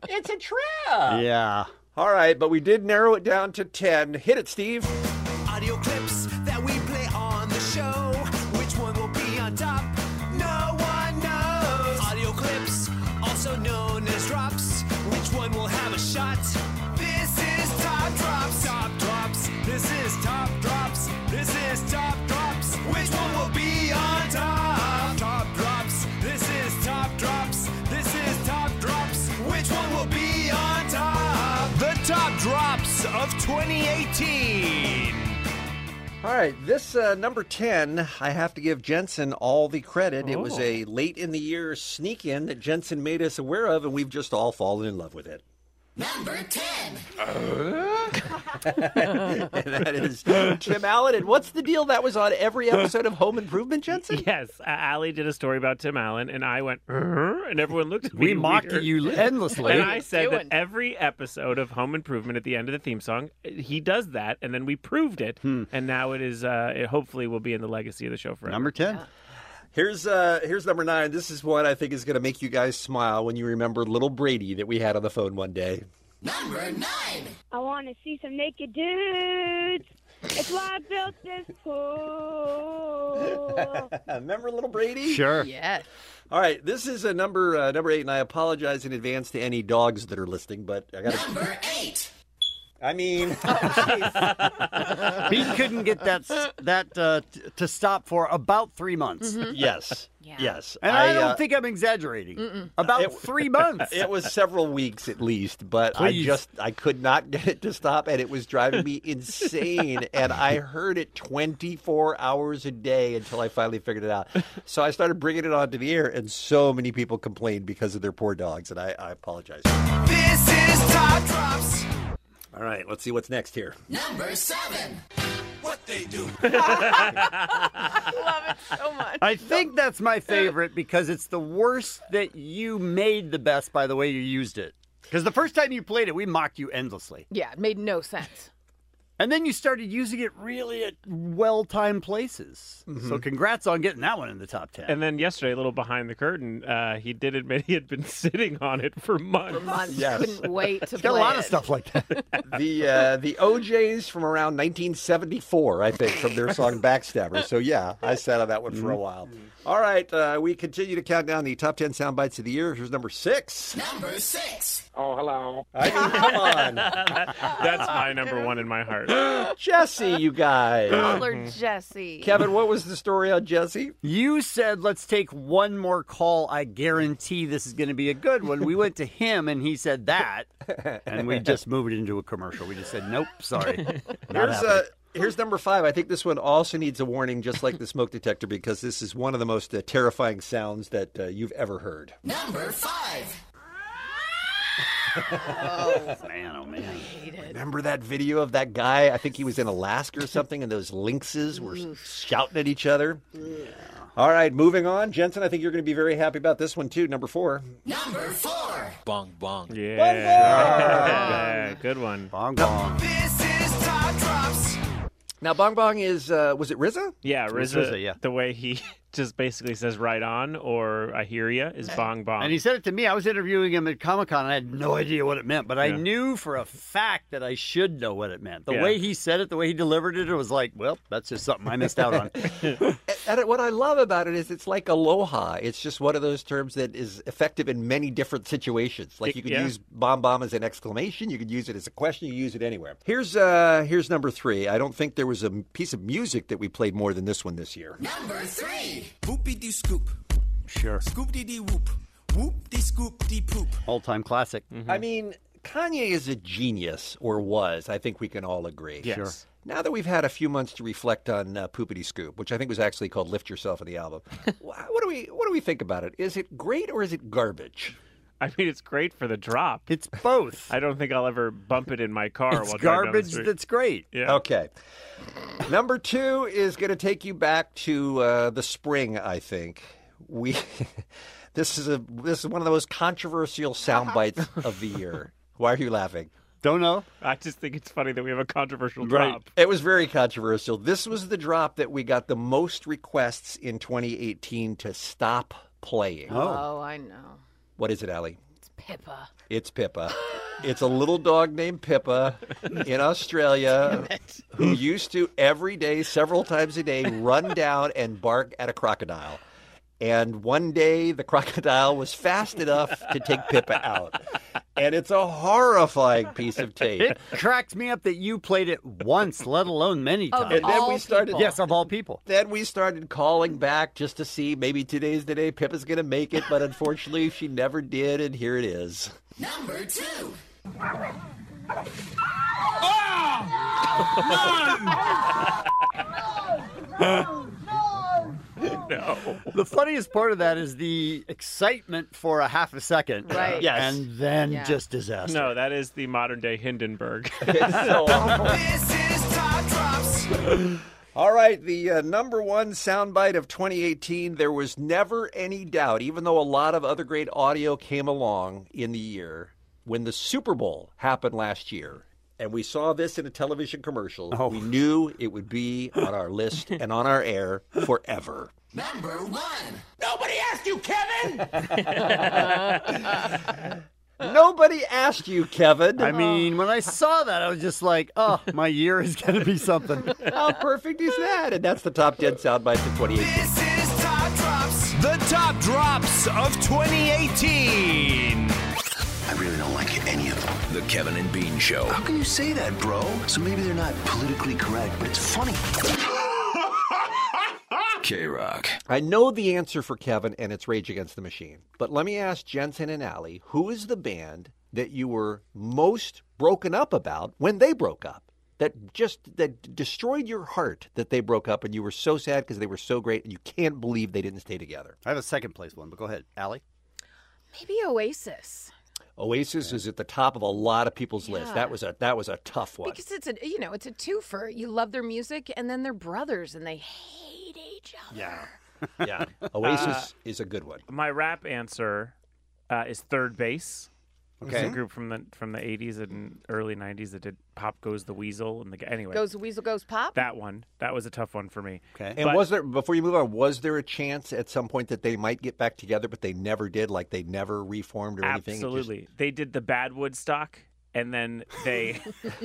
S3: It's a trap.
S4: yeah. All right, but we did narrow it down to ten. Hit it, Steve.
S3: Audio clips that we play on the show. Which one will be on top? No one knows. Audio clips, also known as drops. Which one will have a shot? This is Top Drops. Top Drops. This is Top Drops. This is Top Drops. Which one will be on top? Top Drops. This is Top Drops. This is Top Drops. Which one will be on top? The Top Drops of 2018.
S4: All right, this uh, number 10, I have to give Jensen all the credit. It was a late in the year sneak in that Jensen made us aware of, and we've just all fallen in love with it.
S3: Number 10.
S4: and that is Tim Allen. And what's the deal? That was on every episode of Home Improvement, Jensen?
S18: Yes. Uh, Allie did a story about Tim Allen, and I went, "Huh?" and everyone looked at me.
S7: We mocked
S18: weird.
S7: you endlessly.
S18: And I said
S7: Doing.
S18: that every episode of Home Improvement at the end of the theme song, he does that, and then we proved it.
S7: Hmm.
S18: And now it is, uh, it hopefully will be in the legacy of the show forever.
S7: Number 10.
S4: Here's uh here's number nine. This is one I think is gonna make you guys smile when you remember little Brady that we had on the phone one day.
S17: I want to see some naked dudes. It's why I built this pool.
S4: Remember little Brady?
S7: Sure.
S17: Yes.
S4: All right, this is a number uh, number eight, and I apologize in advance to any dogs that are listening, but I gotta
S3: Number 8.
S4: I mean
S7: he couldn't get that s- that uh, t- to stop for about three months.
S5: Mm-hmm.
S4: Mhm. Yes. Yes.
S7: And I,
S4: I,
S7: don't
S4: uh,
S7: think I'm exaggerating. About
S4: It-
S7: three months.
S4: It was several weeks at least, but
S7: Please.
S4: I just I could not get it to stop, and it was driving me insane. and I heard it 24 hours a day until I finally figured it out. So I started bringing it onto the air, and so many people complained because of their poor dogs, and I, I apologize.
S3: This is Top Drops.
S4: All right, let's see what's next here.
S3: Number 7. What they do.
S7: I
S3: love it so much.
S7: I think that's my favorite because it's the worst that you made the best by the way you used it. Because the first time you played it, we mocked you endlessly.
S5: Yeah, it made no sense.
S7: And then you started using it really at well timed places.
S4: Mm-hmm.
S7: So congrats on getting that one in the top 10.
S18: And then yesterday, a little behind the curtain, uh, he did admit he had been sitting on it for months. For
S5: months.
S4: Yes.
S5: Couldn't wait to
S7: It's got a
S5: play
S7: lot of
S5: it.
S7: stuff like that.
S4: The uh, the OJ's from around 1974, I think, from their song "Backstabber." So yeah, I sat on that one
S7: Mm-hmm.
S4: for a while. All right, uh, we continue to count down the top 10 sound bites of the year. Here's number six.
S3: Number 6.
S4: Oh, hello. I mean, come
S18: That's my number one in my heart.
S4: on. Jesse, you guys.
S5: Caller Jesse.
S4: Kevin, what was the story on Jesse?
S7: You said, let's take one more call. I guarantee this is going to be a good one. We went to him and he said that. And we just moved it into a commercial. We just said, nope, sorry. Not
S4: Here's
S7: happening.
S4: uh, here's number five. I think this one also needs a warning, just like the smoke detector, because this is one of the most uh, terrifying sounds that uh, you've ever heard.
S3: Number 5.
S7: man, oh man.
S4: Remember that video of that guy? I think he was in Alaska or something, and those lynxes were shouting at each other. All right, moving on. Jensen, I think you're going to be very happy about this one, too. Number four.
S3: Number 4.
S4: Bong, bong.
S18: Yeah.
S4: Bong,
S18: Yeah, Good one.
S7: Bong bong.
S3: This is Top Drops.
S4: Now, bong, bong is, uh, was it RZA?
S18: Yeah,
S7: was
S18: RZA,
S7: RZA, yeah.
S18: the way he just basically says right on or I hear ya is bong bong.
S7: And he said it to me. I was interviewing him at Comic Con and I had no idea what it meant, but I
S18: Yeah.
S7: knew for a fact that I should know what it meant. The
S18: Yeah.
S7: way he said it, the way he delivered it, it was like, well, that's just something I missed out on.
S4: And what I love about it is it's like aloha. It's just one of those terms that is effective in many different situations. Like you could
S18: Yeah.
S4: use bomb bomb as an exclamation, you could use it as a question, you use it anywhere. Here's uh here's number 3. I don't think there was a m- piece of music that we played more than this one this year.
S3: Number 3. Boopy doo scoop.
S7: sure.
S3: Scoop dee dee whoop. Whoop dee scoop dee poop.
S7: All time classic.
S18: Mm-hmm.
S4: I mean, Kanye is a genius or was. I think we can all agree.
S18: Yes. Sure.
S4: Now that we've had a few months to reflect on uh, Poopity Scoop, which I think was actually called Lift Yourself in the album. wh- what do we what do we think about it? Is it great or is it garbage?
S18: I mean, it's great for the drop.
S7: It's both.
S18: I don't think I'll ever bump it in my car
S7: it's
S18: while driving down the
S7: garbage
S18: street.
S7: that's great.
S18: Yeah.
S4: Okay. Number two is going to take you back to uh, the spring. I think we. this is a this is one of the most controversial sound bites of the year. Why are you laughing?
S7: Don't know.
S18: I just think it's funny that we have a controversial drop.
S4: It was very controversial. This was the drop that we got the most requests in 2018 to stop playing.
S5: Oh, I know.
S4: What is it, Allie?
S5: Pippa.
S4: It's Pippa. It's a little dog named Pippa in Australia who used to every day, several times a day, run down and bark at a crocodile. And one day the crocodile was fast enough to take Pippa out. And it's a horrifying piece of tape.
S7: It cracks me up that you played it once, let alone many
S4: Of
S7: times.
S4: And then we all started- people.
S7: Yes, of all people.
S4: Then we started calling back just to see maybe today's the day Pippa's going to make it, but unfortunately she never did, and here it is.
S3: Number 2.
S17: No! No! No! No!
S18: no.
S7: The funniest part of that is the excitement for a half a second.
S18: Right. Yes.
S7: And then
S18: Yeah.
S7: just disaster.
S18: No, that is the modern day Hindenburg.
S3: This is Top Drops.
S4: All right, the uh, number one soundbite of 2018. There was never any doubt, even though a lot of other great audio came along in the year, when the Super Bowl happened last year, and we saw this in a television commercial, we knew it would be on our list and on our air forever.
S3: Number one. Nobody asked you, Kevin.
S7: Nobody asked you, Kevin. I mean, when
S4: Oh.
S7: I saw that, I was just like, oh, my year is going to be something.
S4: How perfect is that? And that's the top 10 soundbites of 2018.
S3: This is Top Drops.
S6: The top drops of 2018.
S2: I really don't like any of them. The Kevin and Bean Show. How can you say that, bro? So maybe they're not politically correct, but it's funny.
S4: K Rock. I know the answer for Kevin, and it's Rage Against the Machine. But let me ask Jensen and Allie, who is the band that you were most broken up about when they broke up? That just that destroyed your heart that they broke up, and you were so sad because they were so great, and you can't believe they didn't stay together.
S7: I have a second place one, but go ahead, Allie.
S5: Maybe Oasis.
S4: Oasis is at the top of a lot of people's list.
S5: Yeah.
S4: That was a that was a tough one.
S5: Because it's a you know it's a twofer. You love their music, and then they're brothers, and they hate each other.
S4: Yeah, yeah. Oasis is a good one.
S18: Uh, My rap answer uh, is third base. This is
S4: Okay.
S18: a group from the from the 80s and early 90s that did "Pop Goes the Weasel" and the anyway.
S5: Goes Weasel, goes Pop.
S18: that one that was a tough one for me.
S7: Okay.
S4: And was there before you move on? Was there a chance at some point that they might get back together, but they never did? Like they never reformed or anything? It just-
S18: Absolutely. They did the bad Woodstock, and then they,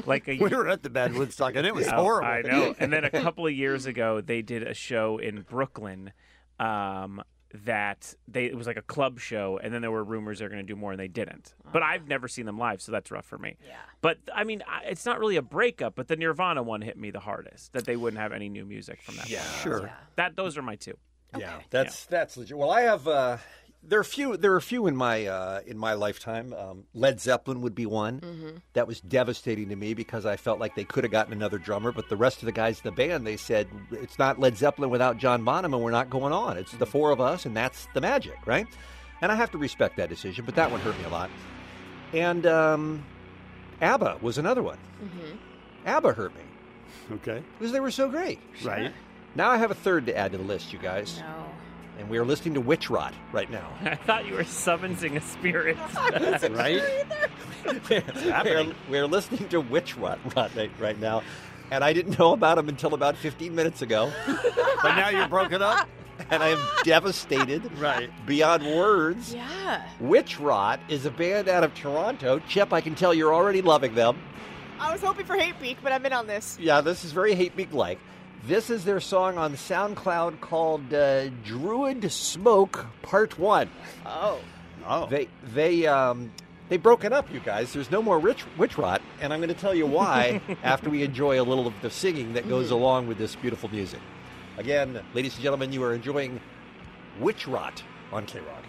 S18: like a.
S7: We were at the Bad Woodstock, and it was
S18: Oh,
S7: horrible.
S18: I know. And then a couple of years ago, they did a show in Brooklyn. Um, that they it was like a club show, and then there were rumors they're going to do more, and they didn't. But I've never seen them live, so that's rough for me. Yeah. But I mean, I, it's not really a breakup. But the Nirvana one hit me the hardest that they wouldn't have any new music from that.
S4: Yeah.
S18: point.
S4: Sure.
S18: So That those are my two.
S4: Yeah, that's that's legit. Well, I have uh, there are few there are few in my uh, in my lifetime. Um, Led Zeppelin would be one
S3: Mhm.
S4: that was devastating to me because I felt like they could have gotten another drummer, but the rest of the guys in the band they said it's not Led Zeppelin without John Bonham, and we're not going on. It's the four of us, and that's the magic, right? And I have to respect that decision, but that one hurt me a lot. And um, ABBA was another one.
S2: Mm-hmm.
S4: ABBA hurt me.
S7: Okay.
S4: Because they were so great.
S7: Right.
S4: Now I have a third to add to the list, you guys. No. And we are listening to Witch Rot right now.
S18: I thought you were summoning a spirit.
S4: right? we're, we're listening to Witch Rot right, right now. And I didn't know about them until about 15 minutes ago.
S7: but now you're broken up?
S4: And I am devastated.
S7: Right.
S4: Beyond words.
S5: Yeah.
S4: Witch Rot is a band out of Toronto. Chip, I can tell you're already loving them.
S21: I was hoping for Hate Beak, but I'm in on this.
S4: Yeah, this is very Hate Beak like. This is their song on SoundCloud called uh, "Druid Smoke Part One."
S21: Oh.
S7: Oh.
S4: They they um they broken up, you guys. There's no more rich witch rot, and I'm going to tell you why after we enjoy a little of the singing that goes along with this beautiful music. Again, ladies and gentlemen, you are enjoying Witch Rot on K Rock.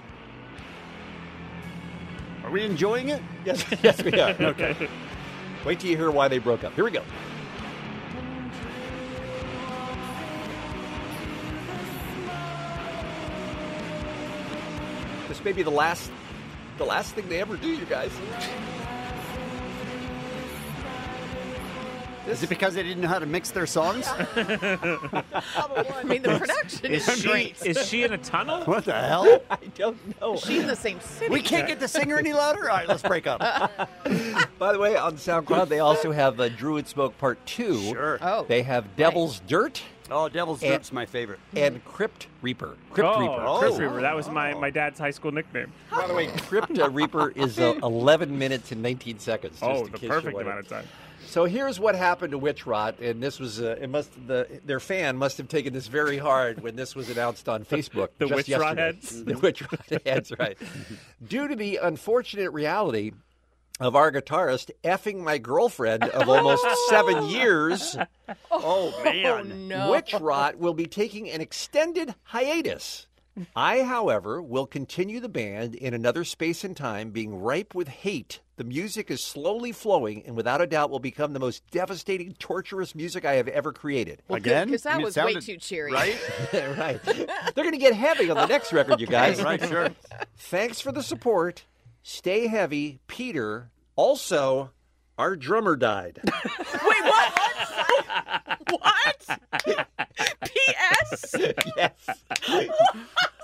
S7: Are we enjoying it?
S4: Yes, yes, we are. okay. Wait till you hear why they broke up. Here we go. This may be the last, the last thing they ever do, you guys.
S7: Is it because they didn't know how to mix their songs?
S5: I mean, the production
S7: Is
S5: is
S7: she-
S5: great.
S18: Is she in a tunnel?
S7: What the hell?
S4: I don't know.
S5: She's in the same city.
S7: We can't get the singer any louder? All right, let's break up.
S4: By the way, on SoundCloud, they also have uh, Druid Smoke Part Two.
S7: Sure. Oh,
S4: They have Devil's Dirt
S7: Oh, Devil's
S4: And-
S7: Drip's my favorite.
S4: and Crypt Reaper. Crypt
S18: oh,
S4: Reaper.
S18: Crypt Reaper. That was
S7: Oh.
S18: my, my dad's high school nickname.
S4: By the way, Crypt uh, Reaper is uh, 11 minutes and 19 seconds. just in
S18: Oh, the
S4: case you
S18: perfect
S4: wanted-
S18: amount of time.
S4: So here's what happened to Witch Rot, and this was uh, it must the their fan must have taken this very hard when this was announced on Facebook.
S18: The
S4: just
S18: Witch Rot
S4: yesterday.
S18: heads?
S4: the Witch Rot heads, right? Due to the unfortunate reality of our guitarist effing my girlfriend of almost seven years,
S7: Oh, man.
S4: Witch Rot will be taking an extended hiatus I, however, will continue the band in another space and time being ripe with hate. The music is slowly flowing and without a doubt will become the most devastating, torturous music I have ever created.
S5: Well, good, Again? 'cause that I mean, it was way sounded- too cheery. right?
S4: right. They're going to get heavy on the next record, you guys.
S5: Okay. Right, sure.
S4: Thanks for the support. Stay heavy, Peter. Also, our drummer died.
S5: Wait, what? what? P.S.
S4: yes.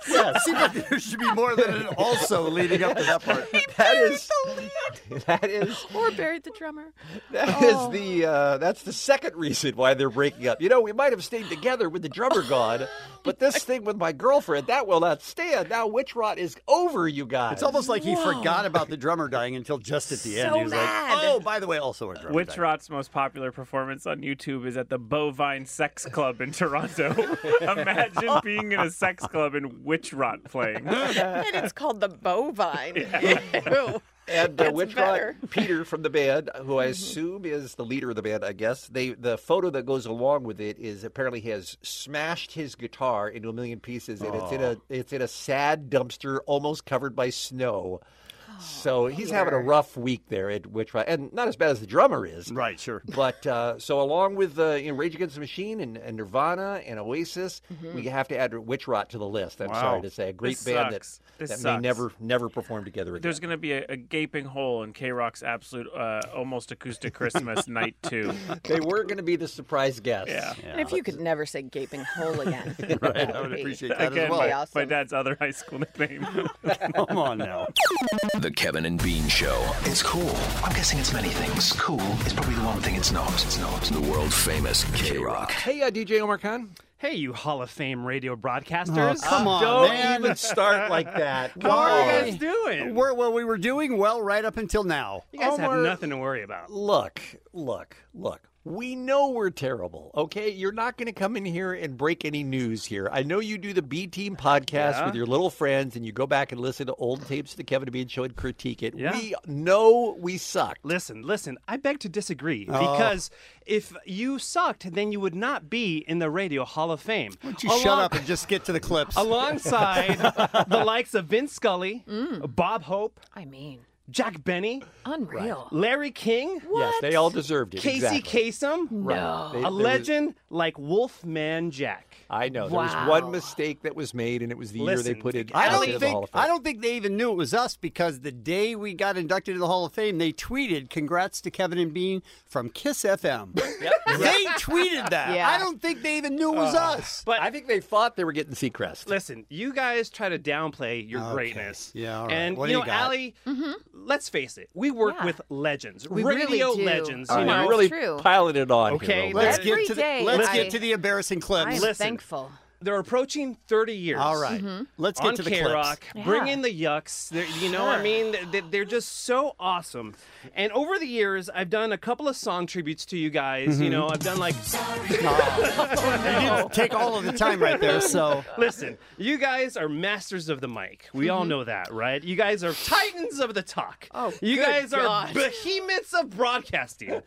S7: Yeah, seems like there should be more than an also leading up to that part.
S4: That is that is
S5: or buried the drummer.
S4: that is
S5: Oh.
S4: the uh, that's the second reason why they're breaking up. You know, we might have stayed together with the drummer gone, but this thing with my girlfriend that will not stand. Now witch rot is over, you guys.
S7: It's almost like he forgot about the drummer dying until just at the end.
S18: So
S7: He was
S18: mad.
S7: like, "Oh, by the way, also a drummer."
S18: Witch
S7: died."
S18: Rot's most popular performance on YouTube is at the Bovine Sex Club in Toronto. Imagine being in a sex club and Witch Rot playing.
S5: and it's called the bovine. Ew.
S4: And uh,
S5: That's
S4: Witch
S5: better.
S4: Rot Peter from the band, who I assume is the leader of the band, I guess. They the photo that goes along with it is apparently he has smashed his guitar into a million pieces, and it's in a it's in a sad dumpster, almost covered by snow. So he's having a rough week there at Witch Rot, and not as bad as the drummer is,
S7: right? Sure.
S4: But uh, so along with uh, you know, Rage Against the Machine and, and Nirvana and Oasis,
S18: Mhm.
S4: we have to add Witch Rot to the list. I'm
S18: Wow.
S4: sorry to say, a great
S18: This
S4: band
S18: sucks.
S4: that
S18: This
S4: that may
S18: sucks.
S4: never never perform together again.
S18: There's going to be a, a gaping hole in K Rock's absolute, uh, almost acoustic Christmas night two.
S4: They were going to be the surprise guests.
S18: Yeah.
S5: And if you could never say gaping hole again. that would be-
S18: Again,
S5: That'd be
S18: my,
S5: awesome.
S18: my dad's other high school nickname.
S2: Come on now. The Kevin and Bean Show. It's cool. I'm guessing it's many things. Cool is probably the one thing it's not. It's not. The world famous K Rock.
S4: Hey, uh, DJ Omar Khan.
S6: Hey, you Hall of Fame radio broadcasters.
S7: Oh, come on,
S6: Don't
S7: man.
S6: even start like that. Come on. doing?
S7: We're, well, we were doing well right up until now.
S6: You guys have nothing to worry about.
S4: Look, look, look. We know we're terrible, okay? You're not going to come in here and break any news here. I know you do the B Team podcast
S6: Yeah.
S4: with your little friends and you go back and listen to old tapes of the Kevin and Bean show and critique it.
S6: Yeah.
S4: We know we suck.
S6: Listen, listen, I beg to disagree
S4: Oh.
S6: because if you sucked, then you would not be in the Radio Hall of Fame. Why
S7: don't you shut up and just get to the clips?
S6: Alongside the likes of Vince Scully, Bob Hope,
S5: Mm. I mean,
S6: Jack Benny,
S5: unreal.
S6: Larry King.
S4: Yes, they all deserved it.
S6: Casey
S4: exactly.
S6: Kasem,
S4: Right. No. They- there
S6: a
S4: was-
S6: legend like Wolfman Jack.
S4: I know. There
S6: Wow.
S4: was one mistake that was made, and it was the year they
S6: Listen,
S4: put it
S7: I
S4: out
S7: don't
S4: into the Hall
S7: think
S4: of Fame.
S7: I don't think they even knew it was us because the day we got inducted to the Hall of Fame, they tweeted, "Congrats to Kevin and Bean from Kiss FM." They tweeted that.
S6: Yeah.
S7: I don't think they even knew it was
S6: Uh,
S7: us.
S6: But
S4: I think they thought they were getting Seacrest.
S6: Listen, you guys try to downplay your
S7: Okay.
S6: greatness.
S7: Yeah, all right.
S6: And
S7: What do
S6: you
S7: you
S6: know,
S7: got?
S6: Allie, let's face it, we work with legends,
S7: We really
S6: radio
S7: do.
S6: legends.
S7: All
S6: you
S7: right,
S6: know,
S7: really
S5: True.
S4: piling it on.
S6: Okay,
S7: here, let's
S6: then-
S7: get to the, let's get to the embarrassing clips.
S5: I am
S6: Listen,
S5: thankful.
S6: They're approaching 30 years.
S7: All right. Mhm. Let's get
S6: On
S7: to the
S6: K
S7: clips.
S6: Rock,
S7: Yeah.
S6: Bring in the yucks. They're- you know, I
S7: Sure.
S6: mean, They- they- they're just so awesome. And over the years, I've done a couple of song tributes to you guys. You
S7: Mhm.
S6: know, I've done like.
S7: You didn't take all of the time right there, so-
S6: Listen, you guys are masters of the mic. We all
S7: Mhm.
S6: know that, right? You guys are titans of the talk. Oh, you
S7: good
S6: guys
S7: God.
S6: are behemoths of broadcasting.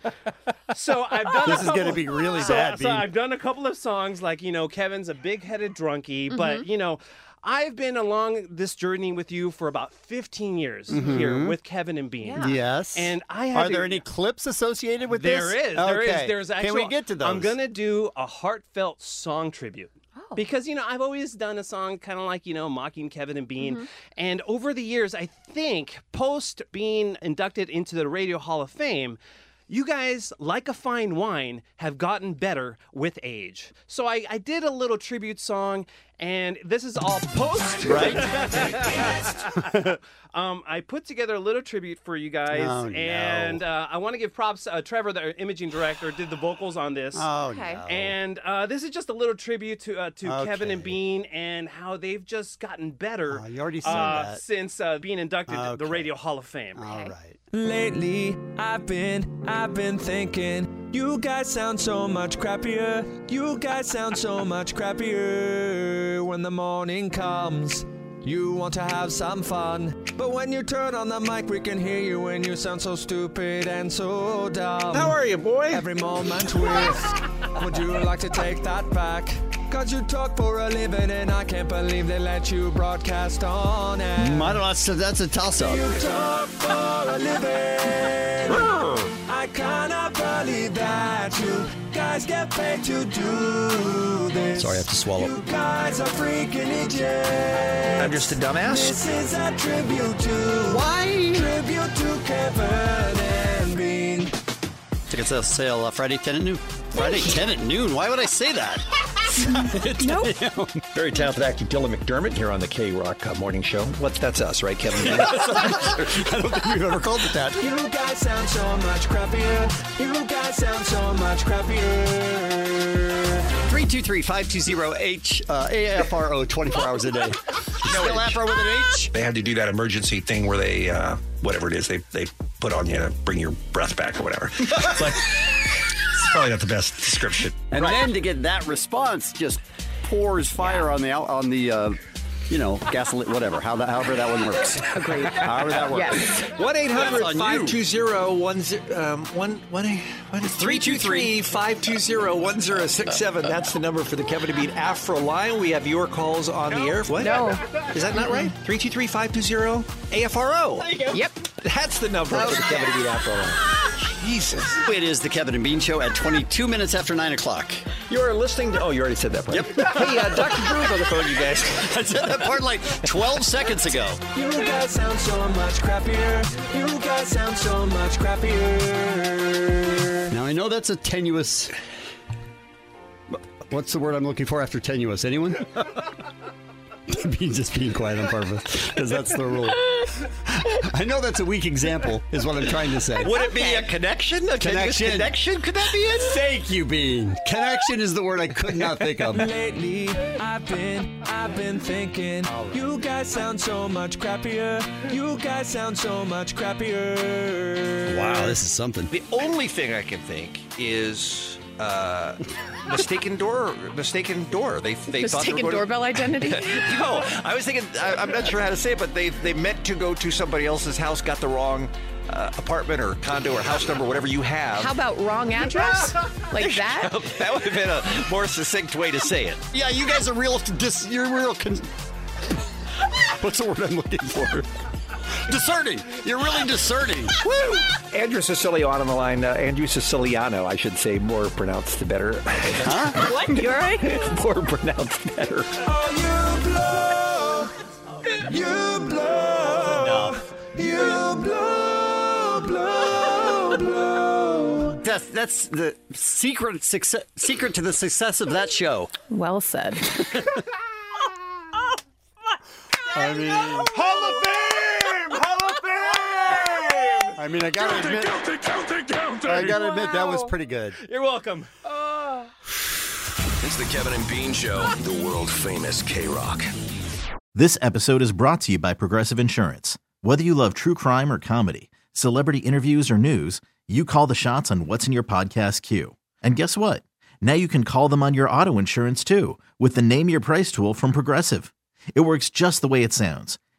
S6: So I've done.
S7: This
S6: a
S7: is gonna
S6: couple-
S7: be really
S6: so,
S7: bad,
S6: So
S7: Bean.
S6: I've done a couple of songs like you know Kevin's a big-headed drunkie, but
S7: Mhm.
S6: you know I've been along this journey with you for about 15 years here
S7: Mhm.
S6: with Kevin and Bean.
S7: Yes.
S6: And I
S7: are
S6: have.
S7: there any clips associated with
S6: There
S7: this?
S6: is. There is.
S7: Okay.
S6: There's actually.
S7: Can we get to those?
S6: I'm gonna do a heartfelt song tribute. Because you know, I've always done a song kind of like you know, mocking Kevin and Bean,
S7: Mhm.
S6: and over the years, I think post being inducted into the Radio Hall of Fame. You guys, like a fine wine, have gotten better with age. So I, I did a little tribute song, and this is all post. Right? um, I put together a little tribute for you guys,
S7: Oh, no.
S6: and uh, I want to give props. Uh, Trevor, the imaging director, did the vocals on this.
S7: Oh, Okay. no.
S6: And uh, this is just a little tribute to uh, to Kevin and
S7: Okay.
S6: Bean and how they've just gotten better.
S7: you already said
S6: uh,
S7: that.
S6: since uh, being inducted to the Radio Hall of Fame.
S7: All right.
S14: Lately, I've been, I've been thinking, you guys sound so much crappier. You guys sound so much crappier. When the morning comes, you want to have some fun. But when you turn on the mic, we can hear you and you sound so stupid and so
S7: Um,
S14: dumb. How are you, boy? Every moment we. Would you like to take that back? Cause you talk for a living and I can't believe they let you broadcast on
S7: I
S14: air.
S7: don't know. That's, that's a toss up.
S14: You talk for a living.
S7: Hmm.
S14: I cannot believe that you guys get paid to do this.
S7: Sorry, I have to swallow.
S14: Guys are freaking idiots.
S7: I'm just a dumbass?
S14: This is a tribute to why tribute to Kevin and Bean.
S7: Tickets on sale uh, Friday 10 at noon. Friday 10 at noon. Why would I say that?
S4: Nope. Very talented actor Dylan McDermott here on the K Rock uh, Morning Show. What's that's us, right, Kevin?
S7: I don't think we've ever called it that.
S14: You guys sound so much crappier. You guys sound so much crappier.
S7: 323 520 H uh, AFRO 24 hours a day. Still AFRO with an H?
S29: They had to do that emergency thing where they, uh, whatever it is, they, they put on you to bring your breath back or whatever. but it's probably not the best description.
S30: And then to get that response just pours fire on the out- on the uh, you know gasoline whatever how that however that one works. Agreed. However that works.
S4: 1 800 520
S29: um,
S7: 323
S4: 520 1067. That's the number for the Kevin to Beat Afro Line. We have your calls on the air. What?
S7: No.
S4: Is that not right? 323 520 AFRO. There you go. Yep. That's the number for the Kevin to Beat Afro Line. Jesus.
S7: It is the Kevin and Bean Show at 22 minutes after 9 o'clock.
S4: You're listening to. Oh, you already said that part. Yep. hey, uh, Dr. Drew's on the phone, you guys.
S7: I said that part like 12 seconds ago.
S14: You guys sound so much crappier. You guys sound so much crappier.
S7: Now, I know that's a tenuous. What's the word I'm looking for after tenuous? Anyone? Being just being quiet on purpose because that's the rule. I know that's a weak example, is what I'm trying to say.
S29: Would it be a connection? A tenuous
S7: Connection.
S29: connection? Could that be it?
S7: Thank you, Bean. Connection is the word I could not think of.
S14: Lately, I've been, I've been thinking. You guys sound so much crappier. You guys sound so much crappier.
S7: Wow, this is something.
S4: The only thing I can think is uh, mistaken door. Mistaken door. They they thought they were
S5: Mistaken
S4: going to-
S5: doorbell identity?
S4: no, I was thinking. I, I'm not sure how to say it, but they they meant to go to somebody else's house, got the wrong uh, apartment or condo or house number, whatever you have.
S5: How about wrong address? like that?
S4: that would have been a more succinct way to say it.
S7: Yeah, you guys are real. Dis, you're real. Con- What's the word I'm looking for? discerning. You're really discerning. Woo!
S4: Andrew Siciliano on the line. Uh, Andrew Siciliano, I should say, more pronounced the better. Huh?
S5: what? You're right.
S4: more pronounced better.
S14: Oh, You blow. You blow, blow, blow.
S7: That's that's the secret success, secret to the success of that show.
S5: Well said.
S30: I mean,
S3: Hall of Fame! Hall of Fame!
S30: I mean, I gotta admit, I gotta admit that was pretty good.
S31: You're welcome.
S2: It's the Kevin and Bean Show, the world famous K Rock.
S1: This episode is brought to you by Progressive Insurance. Whether you love true crime or comedy, celebrity interviews or news, you call the shots on what's in your podcast queue. And guess what? Now you can call them on your auto insurance too with the Name Your Price tool from Progressive. It works just the way it sounds.